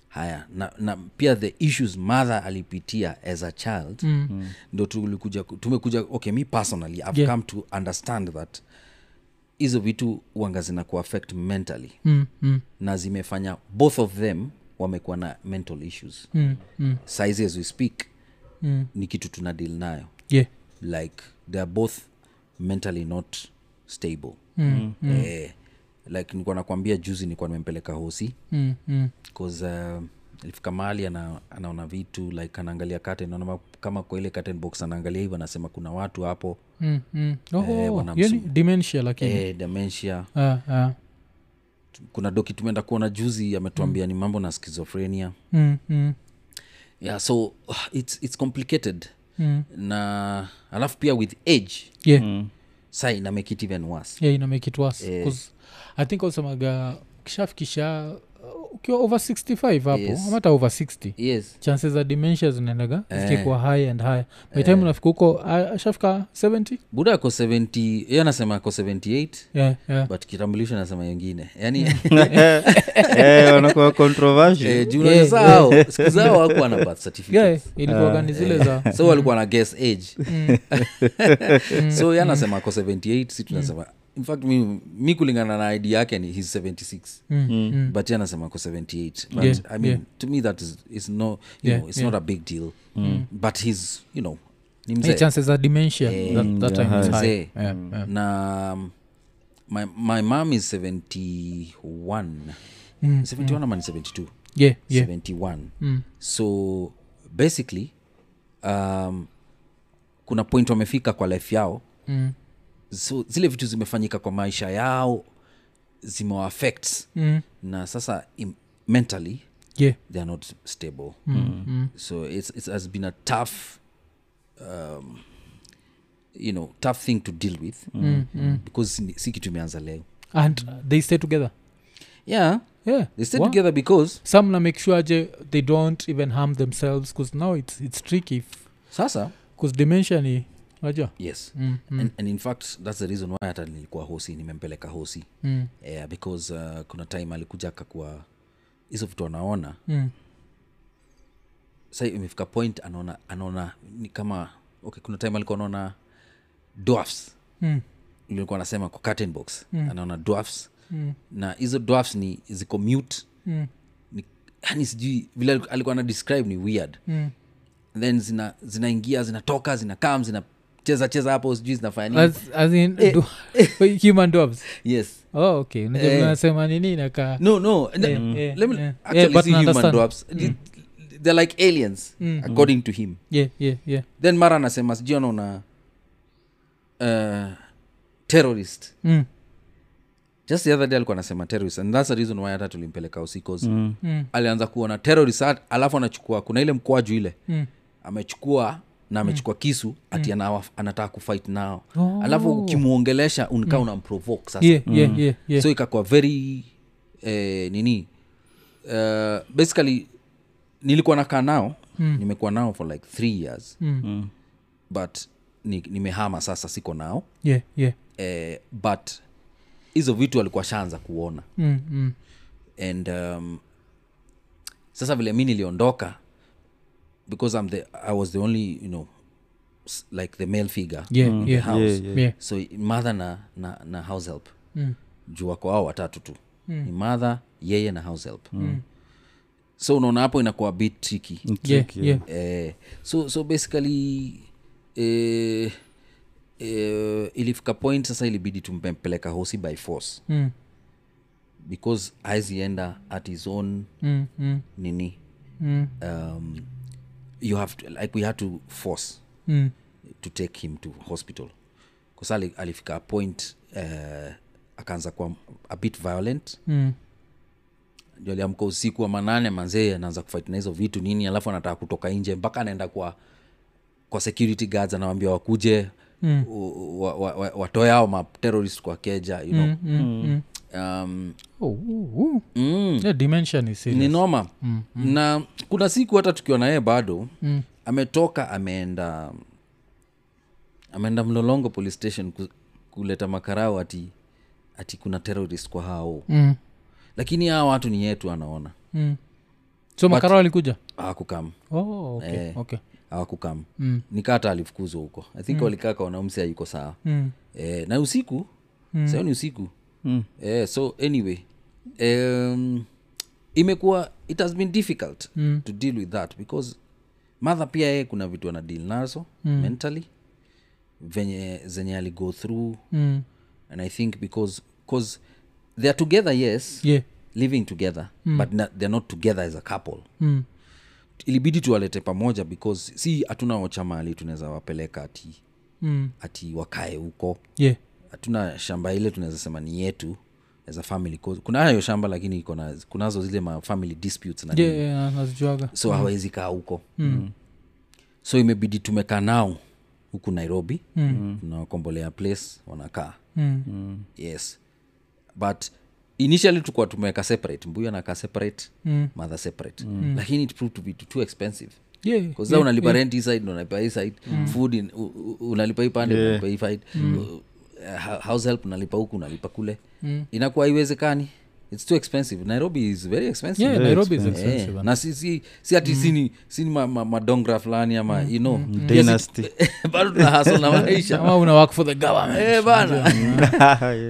Speaker 3: haya na, na pia the issues mother alipitia as a child
Speaker 1: Mm.
Speaker 3: ndo tulikuja ku- tumekuja okay me personally i've
Speaker 1: Yeah.
Speaker 3: come to understand that hizo vitu uanga zina kuaffect mentally
Speaker 1: Mm, mm,
Speaker 3: na zimefanya both of them wamekuwa na mental issues
Speaker 1: mm, mm,
Speaker 3: saizi as we speak
Speaker 1: mm.
Speaker 3: ni kitu tuna deal nayo
Speaker 1: yeah
Speaker 3: like they are both mentally not stable
Speaker 1: Mm,
Speaker 3: eh, like nikuwa nakwambia juzi nikuwa nimempeleka hosi
Speaker 1: mm, mm.
Speaker 3: bcause uh, ilifika mahali ana, anaona vitu like anaangalia curtain anaona kama kwa ile curtain box anaangalia hivyo anasema kuna watu hapo
Speaker 1: Mm, mm. Oh,
Speaker 3: wanamsu-
Speaker 1: hiyo ni dementia lakini
Speaker 3: eh, dementia
Speaker 1: Ah, ah.
Speaker 3: kuna doki tumeenda kuona juzi ametuambia ni mambo na schizophrenia
Speaker 1: Mm, mm,
Speaker 3: yeah so uh, it's, it's complicated
Speaker 1: mm.
Speaker 3: na alafu pia with age
Speaker 1: yeah
Speaker 3: Hmm. sa inamake it even worse
Speaker 1: yeah, ina make it worse Cause i think wasemaga ukishafikisha uh, ukiwa over 65 hapo
Speaker 3: Yes. Eh.
Speaker 1: ama hata over 60
Speaker 3: yes
Speaker 1: chances za dementia zinaendaga zikikuwa high and high
Speaker 3: Eh.
Speaker 1: by time unafika huko ah, ashafika 70
Speaker 3: buda ako 70 ye anasema ako 78
Speaker 1: yeah, yeah.
Speaker 3: but kitambulisho anasema ingine
Speaker 1: *laughs*
Speaker 3: yani *laughs*
Speaker 2: Eh, wanakuwa controversial
Speaker 3: eh, juu unajua saa hao, siku zao hakuwa na birth certificate
Speaker 1: yeah, ilikuwaga
Speaker 3: Eh.
Speaker 1: ni zile
Speaker 3: *laughs*
Speaker 1: za Mm.
Speaker 3: *laughs* so walikuwa na guess age so yanasema ako 78 si tunasema in fact mi, mi kulingana na id yake ni hes 76
Speaker 1: Mm, mm.
Speaker 3: but ye anasema ko 78 but
Speaker 1: Yeah,
Speaker 3: i mean
Speaker 1: yeah.
Speaker 3: to me that is, is no you
Speaker 1: Yeah,
Speaker 3: know, it's
Speaker 1: yeah. Mm.
Speaker 3: not a big deal but he's you know ni
Speaker 1: Hey,
Speaker 3: mzee Eh,
Speaker 1: chances za dementia that, that
Speaker 2: yeah,
Speaker 1: time is
Speaker 2: high.
Speaker 1: high.
Speaker 3: Mzee. Mm.
Speaker 1: Yeah, yeah.
Speaker 3: na um, my, my mom is 71
Speaker 1: Mm,
Speaker 3: 71 ama ni 72
Speaker 1: Yeah, yeah.
Speaker 3: 71
Speaker 1: Mm,
Speaker 3: so basically um, kuna point wamefika kwa life yao
Speaker 1: mm,
Speaker 3: so zile vitu zimefanyika kwa maisha yao zimewaafect
Speaker 1: mm.
Speaker 3: na sasa im, mentally
Speaker 1: Yeah.
Speaker 3: they are not stable
Speaker 1: Mm, mm.
Speaker 3: so it's, it has been a tough um, you know tough thing to deal with
Speaker 1: Mm, mm.
Speaker 3: because si- si kitu imeanza leo
Speaker 1: and they stay together
Speaker 3: yeah
Speaker 1: yeah
Speaker 3: they stay
Speaker 1: Wow.
Speaker 3: together because
Speaker 1: some na make sure je they don't even harm themselves because now it's, it's tricky
Speaker 3: sasa
Speaker 1: because dementia ni najua
Speaker 3: yes
Speaker 1: mm, mm,
Speaker 3: and, and in fact that's the reason why hata nilikuwa hosi nimempeleka hosi
Speaker 1: mm,
Speaker 3: yeah, because uh, kuna time alikuja akakuwa hizo vitu anaona
Speaker 1: mm.
Speaker 3: sa imefika point anaona anaona ni kama okay kuna time alikuwa anaona dwarfs
Speaker 1: Mm,
Speaker 3: nilikuwa anasema kwa curtain box
Speaker 1: Mm.
Speaker 3: anaona dwarfs
Speaker 1: mm,
Speaker 3: na hizo dwarfs ni ziko mute
Speaker 1: mm,
Speaker 3: ni yani sijui vile aliku- alikuwa ana describe ni weird
Speaker 1: mm.
Speaker 3: then zina zinaingia zinatoka zinakam zinacheza cheza hapo sijui zinafanya nini
Speaker 1: As- as in do- wait, human dogs
Speaker 3: yes
Speaker 1: oh okay Unajua
Speaker 3: Eh.
Speaker 1: unasema nini inakaa
Speaker 3: no no n-
Speaker 1: Eh, eh,
Speaker 3: let me
Speaker 1: eh.
Speaker 3: actually
Speaker 1: Yeah, but
Speaker 3: see human
Speaker 1: understand.
Speaker 3: dwarfs Th- they're like aliens
Speaker 1: Mm.
Speaker 3: according to him
Speaker 1: yeah yeah yeah
Speaker 3: then mara anasema sijui anaona uh, terrorist
Speaker 1: mm,
Speaker 3: just the other day alikuwa anasema terrorist and that's the reason why hata tulimpeleka usikos mm.
Speaker 1: mm,
Speaker 3: alianza kuona terrorist at- alafu anachukua kuna ile mkwaju ile
Speaker 1: mm.
Speaker 3: amechukua na amechukua kisu ati mm. anataka kufight nao
Speaker 1: Oh.
Speaker 3: alafu ukimwongelesha unikaa mm. unamprovoke sasa
Speaker 1: yeah yeah yeah yeah
Speaker 3: so ikakuwa very eh, nini uh, basically nilikuwa nakaa nao mm. nimekuwa nao for like three years
Speaker 1: Mm.
Speaker 3: but ni- nimehama sasa siko nao
Speaker 1: yeah yeah
Speaker 3: eh, but hizo vitu alikuwa shaanza kuona
Speaker 1: mm, mm.
Speaker 3: and um, sasa vile mi niliondoka because I'm the, i was the only you know s- like the male figure
Speaker 1: yeah
Speaker 3: in the
Speaker 1: yeah
Speaker 3: house
Speaker 2: yeah.
Speaker 1: yeah
Speaker 3: so mother na, na, na house help
Speaker 1: Mm.
Speaker 3: juu wako hao watatu tu mm. ni mother yeye na house help mm. so unaona hapo inakuwa bit tricky
Speaker 2: Ni
Speaker 1: yeah
Speaker 2: tricky,
Speaker 1: yeah
Speaker 3: eh, so so basically eh, eh, ilifika point sasa ilibidi tumpeleka hosi by force
Speaker 1: mm,
Speaker 3: because aizienda at his own
Speaker 1: mm, mm,
Speaker 3: nini
Speaker 1: mm,
Speaker 3: um, you have to, like we had to force
Speaker 1: mm.
Speaker 3: to take him to hospital kasa alifika a point eh, akaanza kuwa a bit violent
Speaker 1: Mm.
Speaker 3: ndio aliamka usiku wa manane manzee anaanza kufight na hizo vitu nini alafu anataka kutoka nje mpaka anaenda kwa kwa security guards anawambia wakuje mm. wa, wa, wa, watoe ao materrorist kwa keja you know? mm.
Speaker 1: Mm, mm.
Speaker 3: Um,
Speaker 1: Oh, ooh, ooh.
Speaker 3: mm,
Speaker 1: Yeah, dementia ni serious.
Speaker 3: ni noma mm. na kuna siku hata tukiwa naye bado mm. ametoka ameenda ameenda mlolongo police station ku, kuleta makarao ati ati kuna terrorist kwa hao
Speaker 1: Mm,
Speaker 3: lakini hawa watu ni yetu anaona
Speaker 1: mm. so makaro alikuja
Speaker 3: hawakukam
Speaker 1: oh, okay,
Speaker 3: Eh.
Speaker 1: okay.
Speaker 3: hawakukam
Speaker 1: Mm.
Speaker 3: nikata alifukuzwa huko i think mm. walikaa kaona msi ayuko sawa
Speaker 1: Mm.
Speaker 3: e, na usiku mm. sayo ni usiku mm. e, so anyway um, imekuwa it has been difficult mm. to deal with that because mother pia yeye kuna vitu ana deal nazo mm. mentally venye zenye ali go through
Speaker 1: Mm.
Speaker 3: and i think because cause they are together yes
Speaker 1: yeah
Speaker 3: living together mm. but na, they're not together as a couple
Speaker 1: mm.
Speaker 3: ilibidi tuwalete pamoja because si hatuna wacha mahali tunaweza wapeleka ati,
Speaker 1: Mm.
Speaker 3: ati wakae huko
Speaker 1: yeah
Speaker 3: hatuna shamba ile tunaweza sema ni yetu as a family 'Cause kuna hayo shamba lakini iko na- kunazo zile ma family disputes na
Speaker 1: yeah,
Speaker 3: nini.
Speaker 1: yeah, na- nazijuaga
Speaker 3: so hawawezi kaa huko mm. so imebidi tumekaa nao huku nairobi mm. tunawakombolea place wanakaa Hmm.
Speaker 1: mm.
Speaker 3: yes but initially tukuwa tumeweka separate mbuyu anakaa separate
Speaker 1: Mm.
Speaker 3: mother separate mm. lakini it proved to be too expensive
Speaker 1: yeah,
Speaker 3: kasa
Speaker 1: yeah, Mm.
Speaker 3: unalipa rent hii side na unalipa hii side food in, u, u, unalipa hii pande unalipa
Speaker 1: Mm.
Speaker 3: hii side Uh, uh, house help unalipa huku unalipa kule inakuwa haiwezekani it's too expensive nairobi is very expensive
Speaker 1: yeah, nairobi is
Speaker 2: expensive.
Speaker 1: expensive Mm.
Speaker 3: Eh, na si, si, si ati sini sini madongra ma, madongra fulani ama you know Yes,
Speaker 2: Dynasty.
Speaker 3: *laughs*
Speaker 2: *laughs*
Speaker 3: bado tuna hasl
Speaker 1: *laughs*
Speaker 3: na maisha
Speaker 1: Ama una work for the government
Speaker 3: Eh, bana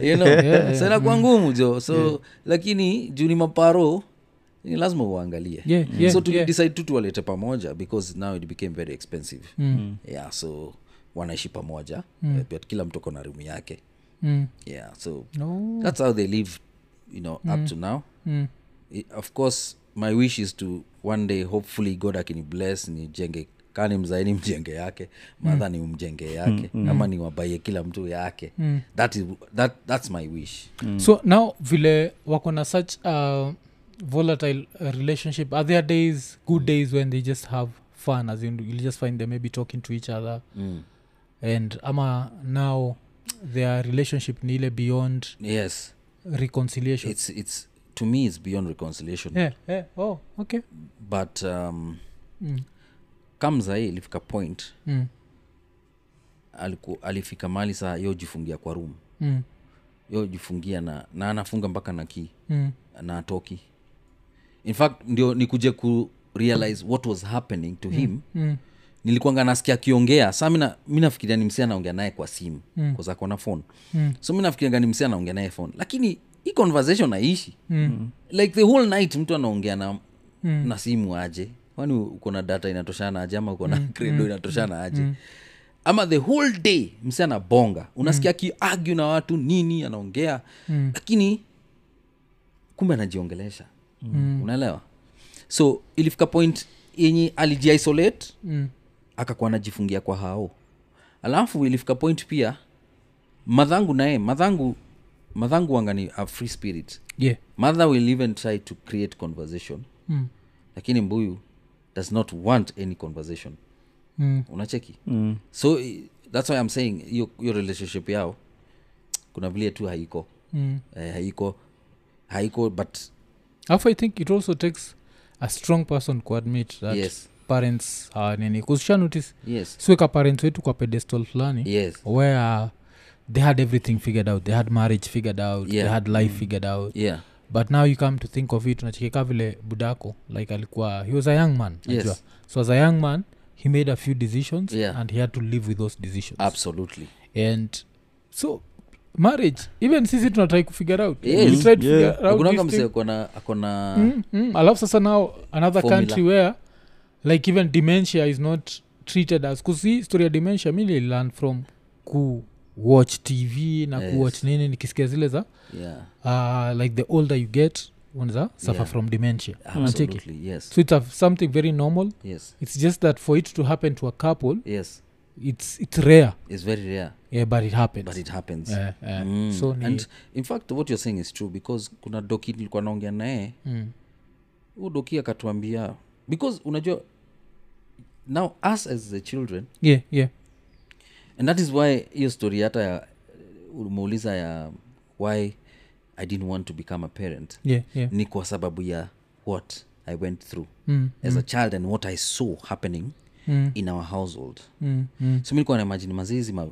Speaker 3: you know
Speaker 1: *laughs* Yeah, Mm.
Speaker 3: so inakuwa ngumu jo so lakini juu ni maparo ni lazima uangalie Mm.
Speaker 1: Yeah, yeah,
Speaker 3: so
Speaker 1: yeah.
Speaker 3: tulidecide tu tuwalete pamoja because now it became very expensive mm. yeah so wanaishi pamoja mm. but kila mtu ako na rumu yake
Speaker 1: Mm.
Speaker 3: yeah so
Speaker 1: No.
Speaker 3: that's how they live you know up to now
Speaker 1: Mm.
Speaker 3: I- of course my wish is to one day hopefully god akini bless nijenge kani mzaini *laughs* mjenge yake madha
Speaker 1: Mm.
Speaker 3: ni umjenge yake ama niwabaie kila mtu yake
Speaker 1: Mm.
Speaker 3: that is, that, that's my wish
Speaker 1: so now vile wako na such a volatile uh, relationship are there days
Speaker 3: Mm.
Speaker 1: good days when they just have fun as in you'll just find them maybe talking to each other
Speaker 3: Mm.
Speaker 1: and ama now their relationship ni ile beyond
Speaker 3: yes
Speaker 1: reconciliation
Speaker 3: it's, it's to me it's beyond reconciliation
Speaker 1: yeah, yeah. oh okay
Speaker 3: but um,
Speaker 1: Mm.
Speaker 3: kamzai ilifika point
Speaker 1: Mm.
Speaker 3: aliku, alifika mali saa yojifungia kwa room
Speaker 1: Mm.
Speaker 3: yojifungia na, na anafunga mpaka na kii
Speaker 1: Mm.
Speaker 3: na atoki in fact ndio nikuje ku realize what was happening to him
Speaker 1: Mm.
Speaker 3: nilikuanga nasikia akiongea saa mina- mi nafikiria ni msia anaongea naye kwa simu mm. kona phone
Speaker 1: Mm.
Speaker 3: so mi nafikirianga ni msia anaongea naye phone lakini hii conversation naishi mm. like the whole night mtu anaongea na, mm. na simu aje kwani uko na data inatoshana aje ama uko na *laughs* credo inatoshana aje mm ama the whole day msi anabonga unasikia akiargue na watu nini anaongea mm. lakini kumbe anajiongelesha mm. unaelewa so ilifika point yenye alijiisolate mm. akakuwa anajifungia kwa hao alafu ilifika point pia madhangu naye madhangu madhangu wanga ni a free spirit
Speaker 1: yeah
Speaker 3: mother will even try to create conversation
Speaker 1: Mm.
Speaker 3: lakini mbuyu does not want any conversation
Speaker 1: Mm.
Speaker 3: unacheki mm. so i- thats why i'm saying hiyo hiyo relationship yao kuna vile tu haiko
Speaker 1: Mm.
Speaker 3: eh, haiko haiko but
Speaker 1: alafu i think it also takes a strong person kuadmit that
Speaker 3: Yes.
Speaker 1: parents are nini kususha notice
Speaker 3: yes
Speaker 1: siweka parents wetu kwa pedestal fulani
Speaker 3: yes
Speaker 1: where they had everything figured out they had marriage figured out
Speaker 3: Yeah.
Speaker 1: they had life figured out
Speaker 3: yeah
Speaker 1: but now you come to think of it unachekeka vile budako like alikuwa he was a young man
Speaker 3: Yes.
Speaker 1: najua. so as a young man he made a few decisions
Speaker 3: Yeah.
Speaker 1: and he had to live with those decisions
Speaker 3: absolutely
Speaker 1: and so marriage even sisi tunatrai kufigure out
Speaker 3: Yes.
Speaker 1: We try to
Speaker 2: Yeah.
Speaker 1: figure out these
Speaker 3: kunanga
Speaker 1: things.
Speaker 3: msee akona akona
Speaker 1: Mm, mm. alafu sasa now another
Speaker 3: Formula.
Speaker 1: country where like even dementia is not treated as kusi story ya dementia mi nililearn from ku watch tv na
Speaker 3: Yes.
Speaker 1: yes. kuwatch nini nikisikia zile za
Speaker 3: yeah
Speaker 1: uh, like the older you get unaza suffer
Speaker 3: Yeah.
Speaker 1: from dementia Unacheki?
Speaker 3: absolutely yes
Speaker 1: so it's a, something very normal
Speaker 3: yes
Speaker 1: it's just that for it to happen to a couple
Speaker 3: yes
Speaker 1: it's, it's rare
Speaker 3: it's very rare
Speaker 1: yeah, but it happens
Speaker 3: but it happens
Speaker 1: Eh, eh.
Speaker 3: Mm.
Speaker 1: so ni,
Speaker 3: and in fact what you're saying is true because kuna doki nilikuwa naongea naye
Speaker 1: mm,
Speaker 3: huu doki akatuambia because unajua now us as the children
Speaker 1: yeah, yeah.
Speaker 3: and that is why hiyo story hata ya umeuliza ya why i didn't want to become a parent
Speaker 1: Yeah, yeah.
Speaker 3: ni kwa sababu ya what i went through
Speaker 1: Mm,
Speaker 3: as a child and what i saw happening
Speaker 1: Mm.
Speaker 3: in our household
Speaker 1: mm, mm,
Speaker 3: so mi nilikuwa naimajini mazee hizi ma-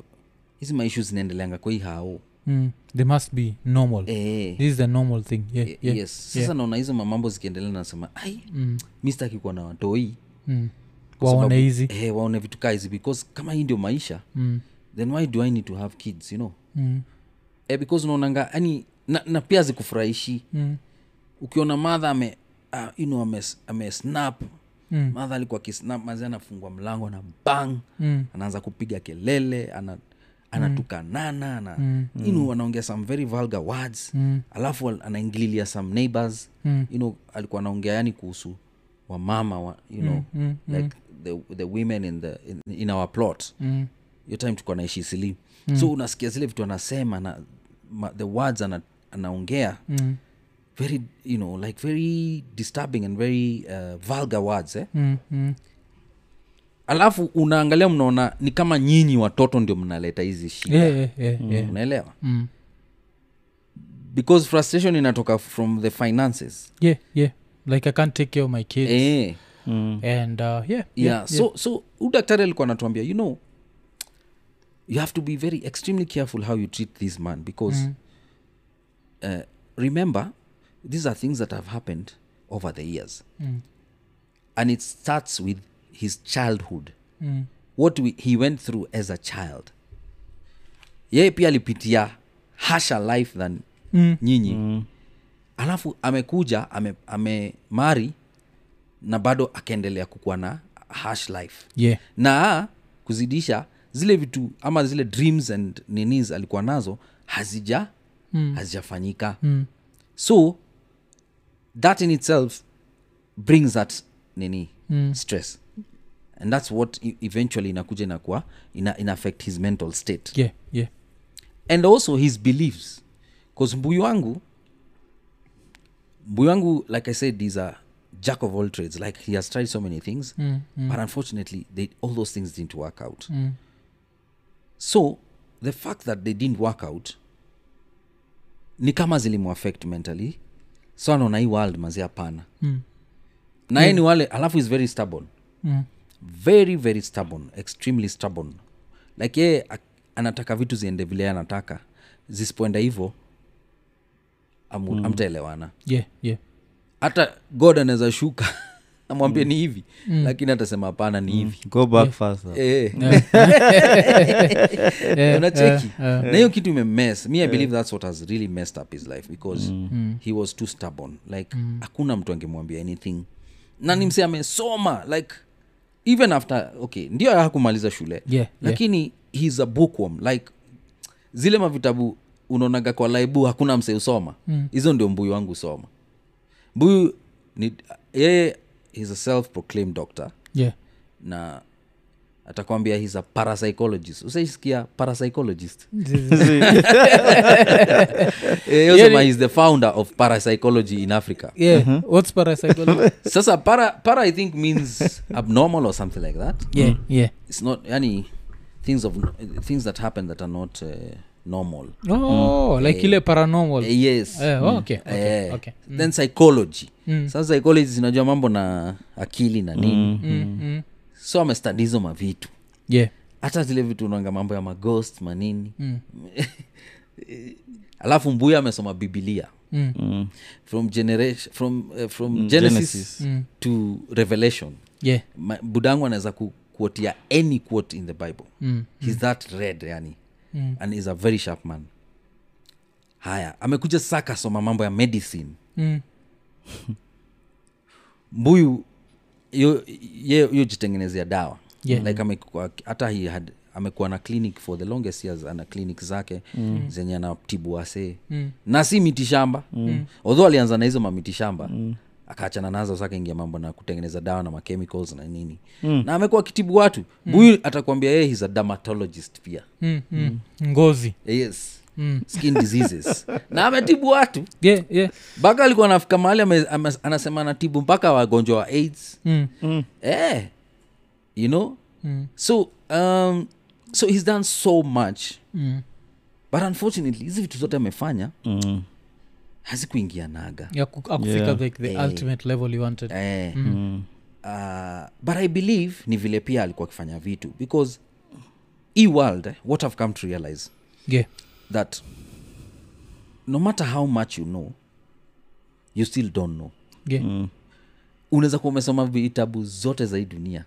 Speaker 3: hizi maishu zinaendeleanga kwa hii hao
Speaker 1: mm. they must be normal
Speaker 3: eh,
Speaker 1: this is the normal thing yeah,
Speaker 3: eh,
Speaker 1: yeah.
Speaker 3: yes sasa naona hizo mamambo zikiendelea nasema ai
Speaker 1: Mm,
Speaker 3: mi sitaki kuwa na watoi
Speaker 1: mm.
Speaker 3: Kwa
Speaker 1: waone
Speaker 3: sababu-
Speaker 1: hizi
Speaker 3: eh, waone vitu kaa hizi because kama hii ndio maisha
Speaker 1: Mm,
Speaker 3: then why do i need to have kids you know
Speaker 1: mm,
Speaker 3: eh, because unaonanga yani na, na pia zikufurahishi
Speaker 1: mm,
Speaker 3: ukiona madha ame uh, you know, ame, ame snap
Speaker 1: Mm.
Speaker 3: madha alikuwa kisnap mazi anafungua mlango na bang
Speaker 1: mm,
Speaker 3: anaanza kupiga kelele ana anatukanana ana, you know, anaongea some very vulgar words
Speaker 1: Mm.
Speaker 3: alafu al- anaingililia some neighbors
Speaker 1: Mm.
Speaker 3: you know, alikuwa anaongea yani kuhusu wamama wa, you know,
Speaker 1: mm,
Speaker 3: like the, the women in, the, in, in our plot
Speaker 1: mm,
Speaker 3: hiyo time tulikuwa naishi sili
Speaker 1: Hmm.
Speaker 3: mm. so unasikia zile vitu anasema na ma, the words ana, anaongea
Speaker 1: mm,
Speaker 3: very you know like very disturbing and very uh, vulgar words eh?
Speaker 1: mm, mm.
Speaker 3: alafu unaangalia mnaona ni kama nyinyi watoto ndio mnaleta hizi shida
Speaker 1: Yeah, yeah, yeah, yeah.
Speaker 3: unaelewa
Speaker 1: Mm.
Speaker 3: because frustration inatoka from the finances
Speaker 1: Yeah, yeah. like i can't take care of my kids
Speaker 3: eh, yeah,
Speaker 1: and uh, yeah, yeah, yeah.
Speaker 3: so so huyu daktari alikuwa anatuambia you know you have to be very extremely careful how you treat this man because mm. uh, remember these are things that have happened over the years
Speaker 1: Mm.
Speaker 3: and it starts with his childhood mm. what we, he went through as a child yeye pia alipitia hasha life than mm. nyinyi mm. alafu amekuja ame, ame mari na bado akaendelea kukuwa na hash life
Speaker 1: yeah
Speaker 3: na kuzidisha zile vitu ama zile dreams and ninis alikuwa nazo hazija mm. hazijafanyika mm. so that in itself brings that nini mm. stress and that's what e- eventually inakuja inakuwa ina, ina affect his mental state
Speaker 1: yeah yeah
Speaker 3: and also his beliefs bcause mbuyu wangu mbuyu wangu like i said is a jack of all trades like he has tried so many things mm, mm. but unfortunately they, all those things didn't work out mm. so the fact that they didn't work out ni kama zilimuaffect mentally so anaona hii world mazi hapana mm. na yeye ni wale alafu is very stubborn
Speaker 1: Mm.
Speaker 3: very very stubborn extremely stubborn like yeye ak- anataka vitu ziende vile yeye anataka zisipoenda hivo amu- amtaelewana
Speaker 1: yeah yeah
Speaker 3: hata god anaweza shuka *laughs* amwambie ni hivi lakini atasema hapana ni hivi
Speaker 2: go back faster
Speaker 3: Eh. *laughs* unacheki Eh. na hiyo kitu imemes mi i believe that's what has really messed up his life because
Speaker 1: Mm.
Speaker 3: he was too stubborn like hakuna mtu angemwambia anything na ni mse amesoma like even after okay ndio hakumaliza shule
Speaker 1: Yeah, yeah.
Speaker 3: lakini he's a bookworm like zile mavitabu unaonaga kwa laibu hakuna mse usoma
Speaker 1: Mm.
Speaker 3: hizo ndio mbuyu wangu usoma mbuyu ni yeye is a self proclaimed doctor
Speaker 1: yeah
Speaker 3: na atakwambia he's a parapsychologist usaisikia
Speaker 1: *laughs*
Speaker 3: parapsychologist
Speaker 1: Yaani
Speaker 3: Eh, yosema he's the founder of parapsychology
Speaker 1: *laughs*
Speaker 3: in africa *laughs*
Speaker 1: yeah what's parapsychology
Speaker 3: sasa para, para i think means abnormal or something like that
Speaker 1: yeah yeah
Speaker 3: it's not yani things of things that happen that are not uh, normal
Speaker 1: oh like ile paranormal
Speaker 3: Mm. Eh, yes
Speaker 1: Eh, oh, okay okay
Speaker 3: Eh,
Speaker 1: okay Mm.
Speaker 3: then psychology sasa psychology zinajua mambo na akili na nini
Speaker 1: mm.
Speaker 3: so amestadi hizo mavitu
Speaker 1: yeah
Speaker 3: hata zile vitu unanga mambo ya maghost manini mm. *laughs* alafu mbuya amesoma bibilia
Speaker 1: Mm.
Speaker 3: from, generation, from, uh, from genesis, to revelation
Speaker 1: yeah
Speaker 3: Ma- budangu anaweza ku- kuotia any quote in the bible mm. he's that red yani mm. and is a very sharp man haya amekuja sasa akasoma mambo ya medicine
Speaker 1: mm.
Speaker 3: mbuyu yo- ye- yojitengenezea dawa
Speaker 1: Yeah.
Speaker 3: like amekuwa, hata he had amekuwa na clinic for the longest years ana clinic zake mm. zenye anatibu wasee mm. na si mitishamba mm. although alianza na hizo mamitishamba mm akaachana nazo sasa akaingia mambo na kutengeneza dawa na machemicals na nini mm. na amekuwa akitibu watu mm. buyu atakwambia yeye he's a dermatologist pia
Speaker 1: Mm, mm. ngozi
Speaker 3: yes mm. skin diseases na ametibu watu
Speaker 1: yeah yeah
Speaker 3: mpaka alikuwa anafika mahali ame- ame- anasema anatibu mpaka wagonjwa wa aids
Speaker 1: mm.
Speaker 3: eh, you know so um, so he's done so much
Speaker 1: Mm.
Speaker 3: but unfortunately hizi vitu zote amefanya
Speaker 2: Mm.
Speaker 3: hazikuingia naga
Speaker 1: ya ku- akufika
Speaker 2: Yeah.
Speaker 1: like the ultimate level you wanted
Speaker 3: eh, uh, but i believe ni vile pia alikuwa akifanya vitu because e world eh, what i've come to realize
Speaker 1: yeah
Speaker 3: that no matter how much you know you still don't know
Speaker 1: yeah
Speaker 3: Mm. unaweza kuwa umesoma vitabu zote za hii dunia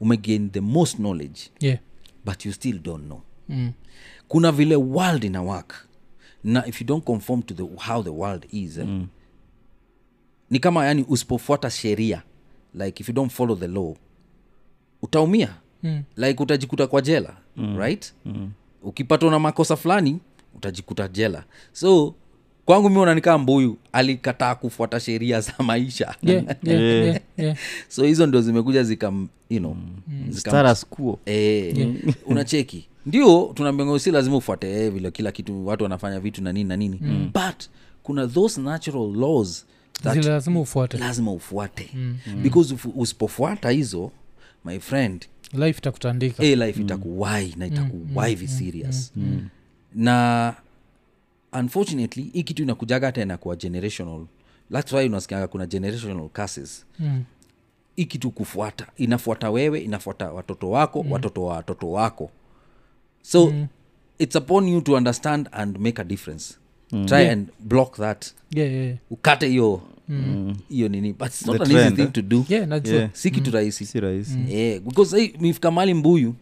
Speaker 3: umegain the most knowledge
Speaker 1: yeah
Speaker 3: but you still don't know mm. kuna vile world ina work na if you don't conform to the, how the world is eh, mm. ni kama yani usipofuata sheria like if you don't follow the law utaumia mm. like utajikuta kwa jela mm. right mm. ukipatwa na makosa fulani utajikuta jela so kwangu mi unanikaa mbuyu alikataa kufuata sheria za maisha
Speaker 1: yeah yeah
Speaker 3: Eh.
Speaker 1: yeah yeah
Speaker 3: *laughs* so hizo ndo zimekuja zikam you know, zikam
Speaker 2: Status quo.
Speaker 3: Eh, *laughs* unacheki ndio tunaambianga si lazima ufuate eh, vile kila kitu watu wanafanya vitu na nini na nini mm. but kuna those natural laws that Mm.
Speaker 1: zile lazima ufuate
Speaker 3: lazima ufuate because ufu- usipofuata hizo my friend
Speaker 1: life itakutandika
Speaker 3: a life itakuwai
Speaker 1: Mm,
Speaker 3: na itakuwai vi serious na unfortunately hii kitu inakujaga hata inakuwa generational thats why unasikiaga kuna generational cases
Speaker 1: Mm.
Speaker 3: hii kitu kufuata inafuata wewe inafuata watoto wako mm. watoto wa watoto wako so mm. it's upon you to understand and make a difference try and block that
Speaker 1: yeah, yeah, yeah.
Speaker 3: ukate hiyo hiyo nini but it's not
Speaker 2: Mm. The
Speaker 3: an easy
Speaker 2: trend,
Speaker 3: thing
Speaker 2: eh?
Speaker 3: to do
Speaker 1: Mm. yeah Mm. najua
Speaker 2: Yeah.
Speaker 3: si kitu rahisi
Speaker 2: si rahisi
Speaker 3: yeah, Mm. Eh, because hey, mifika mali mbuyu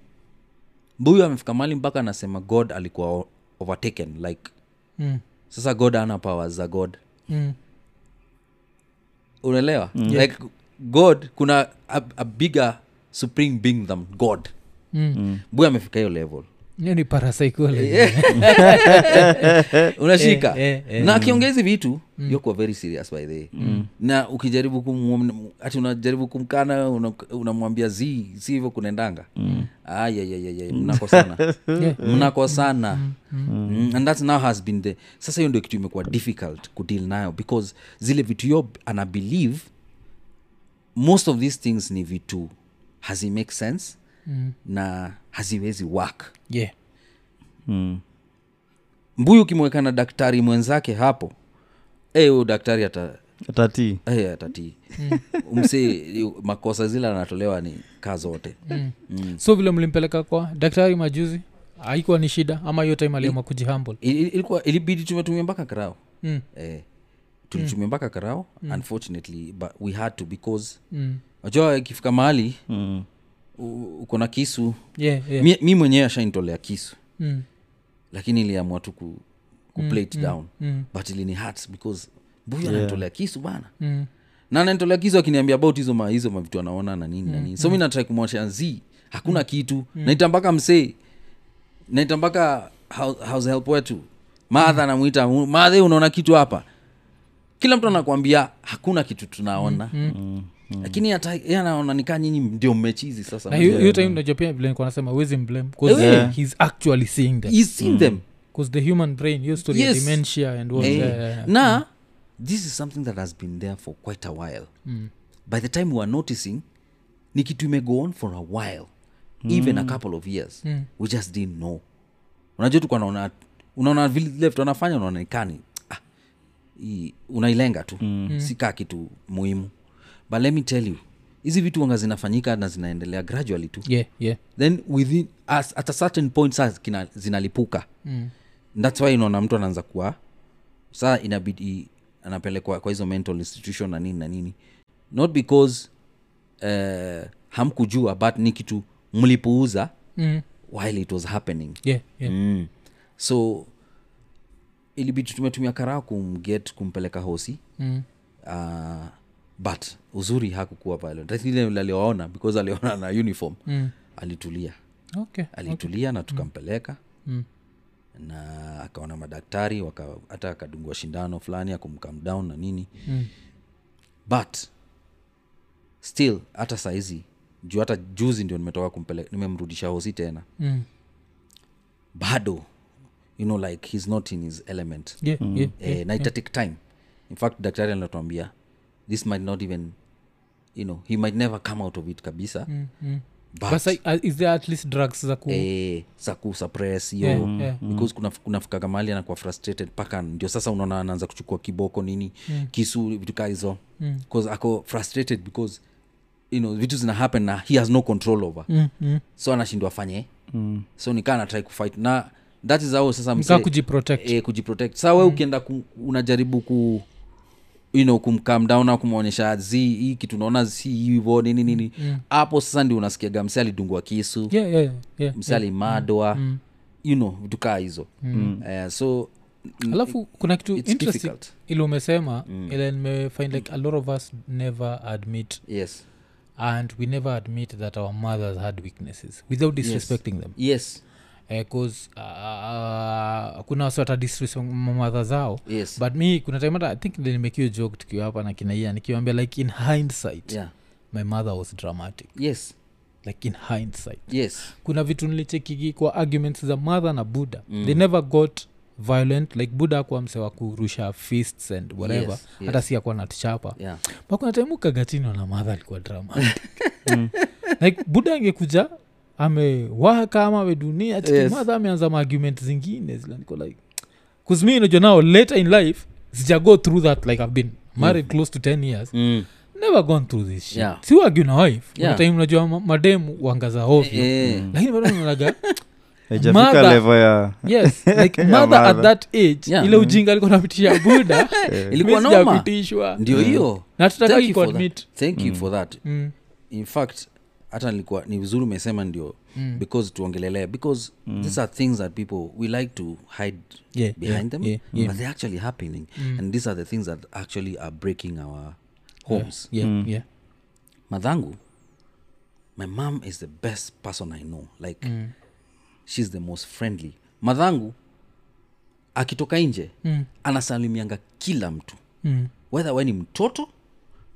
Speaker 3: mbuyu amefika mali mpaka anasema god alikuwa o- overtaken like
Speaker 1: Mm,
Speaker 3: sasa god ana powers za god
Speaker 1: mm,
Speaker 3: unaelewa mm. like god kuna a, a bigger supreme being than god
Speaker 1: mm.
Speaker 3: mbuyu amefika hiyo level
Speaker 1: hiyo ni parapsychology.
Speaker 3: unashika
Speaker 1: Eh, eh,
Speaker 3: na akiongea hizi vitu mm. yokuwa very serious by the way. na ukijaribu kum, ati unajaribu kumkana una- unamwambia zi si hivyo kunaendanga mm. mnakosana
Speaker 1: Yeah.
Speaker 3: *laughs* mnakosana Mm, and that now has been the sasa hiyo ndio kitu imekuwa difficult kudeal nayo because zile vitu yo ana believe most of these things ni vitu hazi make sense mm. na haziwezi work
Speaker 1: Yeah.
Speaker 3: mbuyu ukimweka na daktari mwenzake hapo eh, huyo daktari ata
Speaker 2: tati
Speaker 3: eh, atatii umsi makosa zile anatolewa ni kaa zote Mm.
Speaker 1: so vile mlimpeleka kwa daktari majuzi haikuwa ni shida ama hiyo time aliama kujihumble
Speaker 3: I- i- ilikuwa ilibidi tumetumia mpaka karao
Speaker 1: Mm.
Speaker 3: eh, tulitumia mpaka karao unfortunately but we had to because
Speaker 1: Mm.
Speaker 3: najua ikifika mahali u- uko na kisu
Speaker 1: yeah, yeah.
Speaker 3: mi, mi mwenyewe ashaintolea kisu
Speaker 1: Mm.
Speaker 3: lakini iliamua tu ku, ku play it down
Speaker 1: mm.
Speaker 3: but ilini hurts because mbuyu ananitolea kisu bana
Speaker 1: Mm.
Speaker 3: na ananitolea kisu akiniambia about hizo ma, hizo mavitu anaona na
Speaker 1: Mm,
Speaker 3: nini na nini so mi natrai kumwachia z hakuna kitu naita mpaka msee naita mpaka hou- house help wetu madha
Speaker 1: Mm.
Speaker 3: anamwita "Mu- madhe unaona kitu hapa kila mtu anakwambia hakuna kitu tunaona
Speaker 1: Mm,
Speaker 3: lakini hata yeye anaona nikaa nyinyi ndio mmechizi sasa
Speaker 1: na hiyo hiyo time unajua pia vile nikuwa nasema wezi mblame
Speaker 3: Eh.
Speaker 2: Yeah.
Speaker 1: he's actually seeing that
Speaker 3: He's seen them
Speaker 1: because the human brain hiyo story ya
Speaker 3: Yes.
Speaker 1: dementia and all
Speaker 3: Eh,
Speaker 1: yeah, yeah, yeah.
Speaker 3: na this is something that has been there for quite a while by the time we are noticing ni kitu imego on for a while even a couple of years we just didn't know unajua tukwa naona unaona vile left wanafanya unaona nikani ah, hii- unailenga tu mm. sikaa kitu muhimu but let me tell you hizi vitu anga zinafanyika na zinaendelea gradually tu
Speaker 1: yeah, yeah.
Speaker 3: then within as, at a certain point saa kina- zinalipuka mm. thats why unaona mtu anaanza kuwa saa inabidi anapelekwa kwa hizo mental institution na nini na nini not because uh, hamkujua but ni kitu mlipuuza
Speaker 1: Mm.
Speaker 3: while it was happening
Speaker 1: yeah, yeah.
Speaker 3: mm. so ilibidi tumetumia karaa kumget kumpeleka hosi
Speaker 1: Mm.
Speaker 3: uh, but uzuri hakukuwa violent I think ile yule aliwaona because aliona na uniform
Speaker 1: Mm.
Speaker 3: alitulia
Speaker 1: okay
Speaker 3: alitulia na tukampeleka
Speaker 1: Mm.
Speaker 3: na akaona madaktari waka, hata akadungwa shindano fulani akumcam down na nini
Speaker 1: Mm.
Speaker 3: but still hata saizi juu hata juzi ndio nimetoka kumpeleka nimemrudisha hosi tena
Speaker 1: Mm.
Speaker 3: bado you know like he's not in his element
Speaker 1: yeah, yeah,
Speaker 3: eh, na ita take time in fact daktari anatuambia this might not even you know he might never come out of it kabisa
Speaker 1: Mm, mm.
Speaker 3: but,
Speaker 1: But si- uh, is there at least drugs za ku
Speaker 3: eh, za kusuppress hiyo
Speaker 1: Yeah, Mm. yeah.
Speaker 3: because kuna kunafikaga mahali anakuwa frustrated mpaka ndio sasa unaona anaanza kuchukua kiboko nini mm. kisu vitu kaa hizo mm. ako frustrated because you know, vitu zina happen na he has no control over
Speaker 1: Mm, mm.
Speaker 3: so anashindwa afanye mm. so nikaa natrai kufight na that is how sasa
Speaker 1: Nikaa
Speaker 3: msee-
Speaker 1: kujiprotect Mm.
Speaker 3: e, kujiprotect saa we ukienda ku, unajaribu ku you know, kumcam down au kumwonyesha z hii kitu unaona si hivo nini nini
Speaker 1: Mm,
Speaker 3: hapo sasa ndio unasikiaga msi alidungwa kisu
Speaker 1: yeah, yeah, yeah.
Speaker 3: msi alimadwa
Speaker 1: mm,
Speaker 3: you know vitu kaa hizo Eh, so mm, n-
Speaker 1: alafu kuna kitu
Speaker 3: it's
Speaker 1: interesting
Speaker 3: difficult. Mm.
Speaker 1: ile umesema ile nimefind like a lot of us never admit
Speaker 3: yes
Speaker 1: and we never admit that our mothers had weaknesses without disrespecting them
Speaker 3: yes
Speaker 1: because uh, uh, kuna wasi watadismamadha zao
Speaker 3: yes
Speaker 1: but mi kuna time hata i think nilimekio joke tukiwa hapa na kinaia nikiwambia like in hindsight
Speaker 3: yeah
Speaker 1: my mother was dramatic
Speaker 3: yes
Speaker 1: like in hindsight
Speaker 3: yes
Speaker 1: kuna vitu nilichekiki kwa arguments za mother na buddha
Speaker 3: Mm.
Speaker 1: they never got violent like buddha akuwa msewa kurusha fists and whatever
Speaker 3: Yes, yes.
Speaker 1: hata si akuwa natuchapa
Speaker 3: yeah
Speaker 1: bakuna taimu kagatini na madha alikuwa
Speaker 3: *laughs*
Speaker 1: dramatic
Speaker 3: Mm.
Speaker 1: like buda angekuja amewaka ama amedunia
Speaker 3: Yes.
Speaker 1: madha ameanza maargument zingine zilaniko like kuzmi inajua nao later in life sija go through that like i've been married close to 10 years
Speaker 3: mm.
Speaker 1: never gone through this shit
Speaker 3: Yeah.
Speaker 1: si wagi na wife Kuna
Speaker 3: Yeah.
Speaker 1: time unajua ma- mademu wangaza ovyo
Speaker 3: eh, *laughs*
Speaker 1: lakini bado nanaga
Speaker 2: haijafika
Speaker 1: Mother-
Speaker 2: level ya
Speaker 1: yes like
Speaker 2: Ya
Speaker 1: mother at
Speaker 2: mother.
Speaker 1: that age
Speaker 3: Yeah. mm.
Speaker 1: ile ujinga alikuwa napitisha
Speaker 3: *laughs*
Speaker 1: buda
Speaker 3: ilikuwa
Speaker 1: mi
Speaker 3: noma
Speaker 1: sijapitishwa
Speaker 3: ndio hiyo
Speaker 1: na
Speaker 3: thank
Speaker 1: tutataki
Speaker 3: you for that.
Speaker 1: kuadmit
Speaker 3: thank you for that
Speaker 1: Mm,
Speaker 3: in fact hata nilikuwa ni vizuri umesema ndio
Speaker 1: mm.
Speaker 3: because tuongelelea because mm. these are things that people we like to hide
Speaker 1: Yeah,
Speaker 3: behind
Speaker 1: yeah,
Speaker 3: them
Speaker 1: yeah, yeah.
Speaker 3: but they're actually happening mm. and these are the things that actually are breaking our homes
Speaker 1: Yeah, yeah.
Speaker 3: madhangu my mom is the best person i know like mm. she's the most friendly madhangu akitoka nje mm. anasalimianga kila mtu
Speaker 1: Mm,
Speaker 3: whether we ni mtoto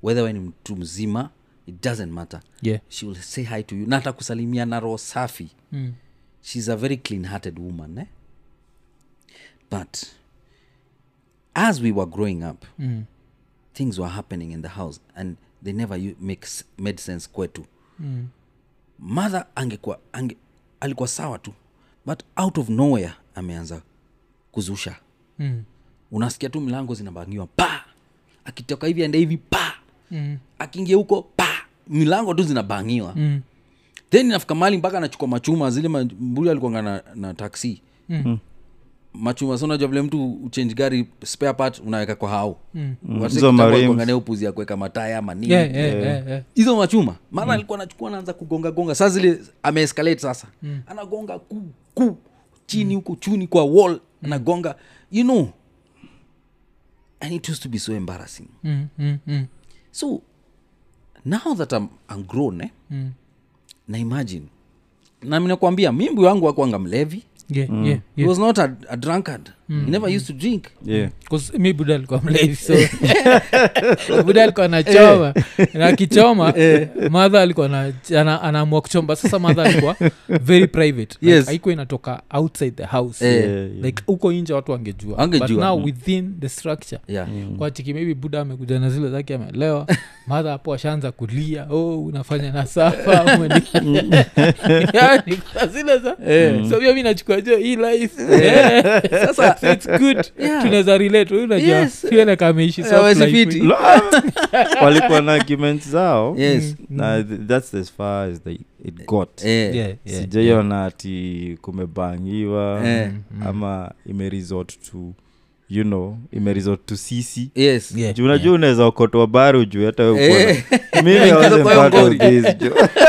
Speaker 3: whether we ni mtu mzima it doesn't matter
Speaker 1: yeah.
Speaker 3: she will say hi to you na atakusalimia na roho safi
Speaker 1: Mm.
Speaker 3: she's a very clean hearted woman eh? but as we were growing up
Speaker 1: Mm.
Speaker 3: things were happening in the house and they never u- make, s- made sense kwetu
Speaker 1: Mm.
Speaker 3: mother angekuwa ange, alikuwa sawa tu but out of nowhere ameanza kuzusha
Speaker 1: Mm.
Speaker 3: unasikia tu milango zinabangiwa pa akitoka hivi ende hivi pa
Speaker 1: Mm.
Speaker 3: akiingia huko pa milango tu zinabangiwa
Speaker 1: Mm.
Speaker 3: then inafika mali mpaka anachukua machuma zile ma- mbuli alikuanga na, na taksi
Speaker 1: Mm.
Speaker 3: machuma so unajua vile mtu uchange gari spare part unaweka kwa hao
Speaker 1: Mm.
Speaker 3: Wazee
Speaker 2: Hizo
Speaker 3: kitambo
Speaker 2: marims.
Speaker 3: walikuwanga nayo upuzi ya kuweka mataya manini
Speaker 1: Yeah, yeah, yeah, yeah.
Speaker 3: hizo machuma maana
Speaker 1: Mm.
Speaker 3: alikuwa anachukua anaanza kugonga gonga saa zile ameescalate sasa
Speaker 1: Mm.
Speaker 3: anagonga ku ku chini huko chuni kwa wall
Speaker 1: Mm.
Speaker 3: anagonga you know and it used to be so embarrassing
Speaker 1: Mm, mm, mm.
Speaker 3: so now that i'm, I'm grown eh,
Speaker 1: Mm.
Speaker 3: na imagine na minakwambia mimbi wangu akwanga mlevi
Speaker 1: Yeah, yeah,
Speaker 3: he
Speaker 1: yeah. Mm.
Speaker 3: was not a, a drunkard he never used to drink *laughs*
Speaker 2: yeah
Speaker 1: 'Cause mi buda alikuwa mlevi so *laughs* buda alikuwa
Speaker 3: *laughs*
Speaker 1: anachoma na akichoma madha alikuwa ana- ana- anaamua kuchomba sasa madha alikuwa very private like,
Speaker 3: Yes.
Speaker 1: haikuwa inatoka outside the house
Speaker 3: Eh.
Speaker 2: yeah, yeah.
Speaker 1: like huko nje watu wangejua but
Speaker 3: Wangejua. Mm.
Speaker 1: now within the structure
Speaker 3: yeah
Speaker 1: kwa chiki maybe buda amekuja na zile zake
Speaker 3: *laughs*
Speaker 1: amelewa madha hapo ashaanza kulia oh unafanya na
Speaker 3: *laughs*
Speaker 1: safa yani kwa zile za
Speaker 3: Eh.
Speaker 1: so pia mi nachukua jo hii life Eh, *laughs* sasa it's good
Speaker 3: Yeah.
Speaker 1: tunaweza relate huyu unajua
Speaker 3: Yes.
Speaker 1: sione kama ameishi soft
Speaker 3: Hawezi
Speaker 1: life. Mm.
Speaker 3: fiti.
Speaker 2: Lo- walikuwa na argument zao
Speaker 3: yes
Speaker 2: na th- that's as far as they, it got
Speaker 3: Eh,
Speaker 1: Mm. Yeah, yeah. Mm,
Speaker 2: sijaiona ati kumebangiwa
Speaker 3: eh,
Speaker 2: ama imeresort to you know imeresort to sisi
Speaker 3: yes
Speaker 1: Eh, Yeah,
Speaker 2: juu unajua unaweza okotwa bari ujue hata we
Speaker 3: Eh.
Speaker 1: *laughs*
Speaker 2: uko na- Mimi I wasn't
Speaker 3: Kwa hiyo
Speaker 2: part of
Speaker 3: ngori.
Speaker 2: this, juu-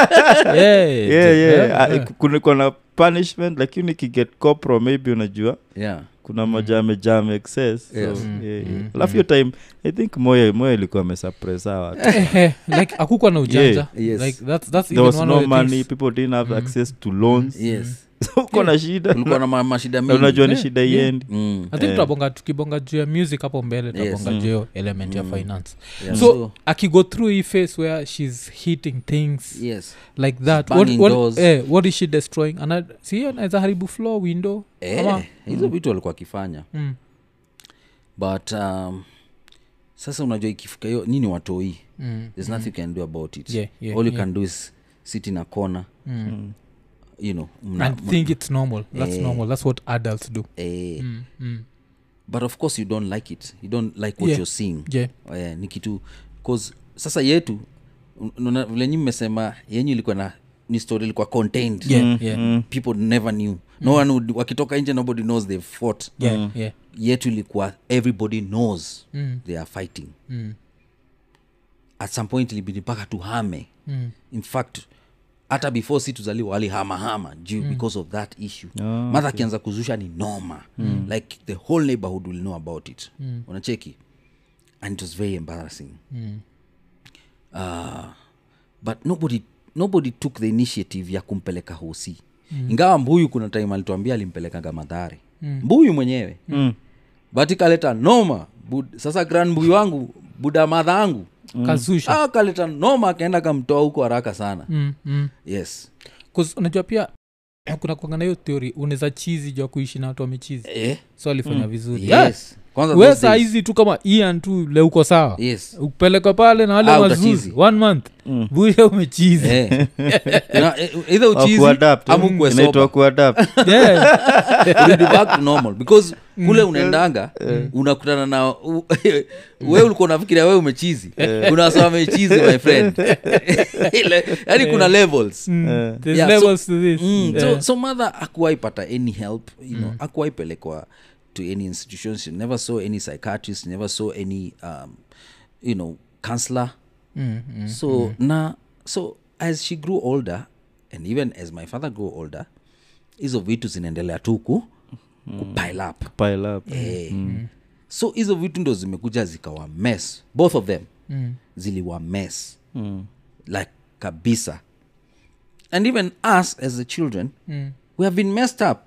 Speaker 1: yeah. Yeah,
Speaker 2: *laughs* Yeah, yeah.
Speaker 1: Eh, yeah,
Speaker 2: Ah,
Speaker 1: yeah.
Speaker 2: kuna- kuna punishment lakini ukiget copro maybe unajua
Speaker 3: yeah
Speaker 2: kuna majame jame excess so,
Speaker 3: Yes.
Speaker 1: Mm,
Speaker 2: yeah,
Speaker 1: mm,
Speaker 2: yeah. alafu hiyo time i think moya moya ilikuwa amesapresa watu
Speaker 1: Eh, eh, *laughs* like akukwa na ujanja
Speaker 3: Yeah, yes.
Speaker 1: like that's, that's
Speaker 2: there
Speaker 1: even
Speaker 2: was
Speaker 1: one
Speaker 2: no
Speaker 1: of the
Speaker 2: money
Speaker 1: things- Mm.
Speaker 2: people didn't have access to loans
Speaker 3: yes
Speaker 2: *laughs* so uko na shida
Speaker 3: kulikuwa na ma-
Speaker 2: na
Speaker 3: mashida mingi
Speaker 2: unajua ni
Speaker 1: Yeah,
Speaker 2: shida
Speaker 1: yeah.
Speaker 2: iendi
Speaker 3: Mm,
Speaker 1: I think
Speaker 2: Eh.
Speaker 1: tutabonga tukibonga juu ya music hapo mbele
Speaker 3: Yes. Mm.
Speaker 1: tutabonga juu ya element ya finance
Speaker 3: yeah.
Speaker 1: so akigo through hi face where she's hitting things
Speaker 3: yes
Speaker 1: like that
Speaker 3: She's
Speaker 1: what,
Speaker 3: banging
Speaker 1: what,
Speaker 3: doors.
Speaker 1: eh, what is she destroying Ana- si hiyo naweza haribu floor window
Speaker 3: Eh,
Speaker 1: Ama-
Speaker 3: hizo vitu alikuwa akifanya
Speaker 1: Mm.
Speaker 3: but um, sasa unajua ikifika hiyo nini watoi
Speaker 1: Mm.
Speaker 3: there's nothing you can do about it
Speaker 1: Yeah, yeah,
Speaker 3: all you
Speaker 1: yeah. Mm.
Speaker 3: can do is sit in a corner you know mna-
Speaker 1: and think it's normal that's
Speaker 3: Eh.
Speaker 1: normal that's what adults do
Speaker 3: eh,
Speaker 1: mm. Mm.
Speaker 3: but of course you don't like it you don't like what
Speaker 1: Yeah.
Speaker 3: you're seeing
Speaker 1: yeah
Speaker 3: eh, ni kitu cause sasa yetu un- unaona vile nyi mmesema yenyu ilikuwa na ni story ilikuwa contained
Speaker 1: yeah yeah
Speaker 3: people never knew no one would, wakitoka nje nobody knows they've fought
Speaker 1: yeah yeah
Speaker 3: yetu ilikuwa everybody knows
Speaker 1: Mm.
Speaker 3: they are fighting
Speaker 1: Mm.
Speaker 3: at some point ilibidi mpaka tuhame
Speaker 1: Mm.
Speaker 3: in fact hata before si tuzaliwa walihamahama
Speaker 1: Mm.
Speaker 3: juu because of that issue madha akianza kuzusha ni noma like the whole neighborhood will know about it
Speaker 1: Mm.
Speaker 3: unacheki and it was very embarrassing uh, but nobody nobody took the initiative ya kumpeleka hosi
Speaker 1: Mm.
Speaker 3: ingawa mbuyu kuna time alituambia alimpelekaga madhari mbuyu
Speaker 1: Mm.
Speaker 3: mwenyewe but ikaleta noma Bud- sasa grand mbuyu wangu buda madha angu
Speaker 1: kazusha
Speaker 3: Ah, kaleta noma akaenda kamtoa huko haraka sana
Speaker 1: mm. Mm.
Speaker 3: yes
Speaker 1: 'Cause unajua pia kuna kuangana hiyo theory unaweza chizi jua kuishi na watu wamechizi
Speaker 3: eh?
Speaker 1: so alifanya vizuri
Speaker 3: yes kwanza
Speaker 1: we
Speaker 3: those
Speaker 1: saa
Speaker 3: days-
Speaker 1: hizi tu kama ian tu leuko sawa
Speaker 3: yes
Speaker 1: upeleka pale na wale
Speaker 3: Ah,
Speaker 1: wazuzi
Speaker 3: utachizi.
Speaker 1: one month
Speaker 2: Mm.
Speaker 1: buya umechizi
Speaker 3: *laughs* Eh. Na, eh, either
Speaker 2: Au
Speaker 3: uchizi
Speaker 2: kuadapt,
Speaker 3: ama
Speaker 2: eh?
Speaker 3: ukuwe
Speaker 2: Inaitwa
Speaker 3: sober.
Speaker 2: *laughs*
Speaker 3: *laughs*
Speaker 2: kuadapt.
Speaker 1: Yeah.
Speaker 3: Urudi back to normal because kule unaendanga unakutana na u- *laughs* we ulikuwa unafikiria we umechizi unasaa amechizi my friend Ile- yaani kuna levels
Speaker 1: Mm.
Speaker 2: Eh.
Speaker 1: There's
Speaker 3: Yeah, so-
Speaker 1: levels to this.
Speaker 3: mm,
Speaker 1: Yeah.
Speaker 3: so, so mother akuwaipata any help you know akuwaipelekwa to any institution she never saw any psychiatrist never saw any um, you know counselor
Speaker 1: Mm, mm.
Speaker 3: so na so as she grew older and even as my father grew older hizo vitu zinaendelea tu ku kupile up
Speaker 2: Pile up.
Speaker 3: Eh. so hizo vitu ndo zimekuja zikawa mess both of them
Speaker 1: Mm.
Speaker 3: ziliwa mess
Speaker 2: Mm.
Speaker 3: like kabisa and even us as the children
Speaker 1: Mm.
Speaker 3: we have been messed up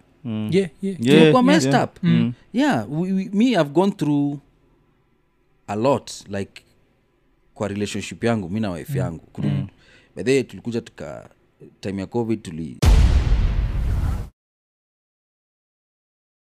Speaker 1: Yeah, yeah.
Speaker 2: Hmm. Yeah,
Speaker 3: Tumekuwa messed
Speaker 2: yeah. Hmm.
Speaker 3: up yeah we, we, me i've gone through a lot like kwa relationship yangu mi na wife yangu mm. by the way, tulikuja tuka time ya covid tuli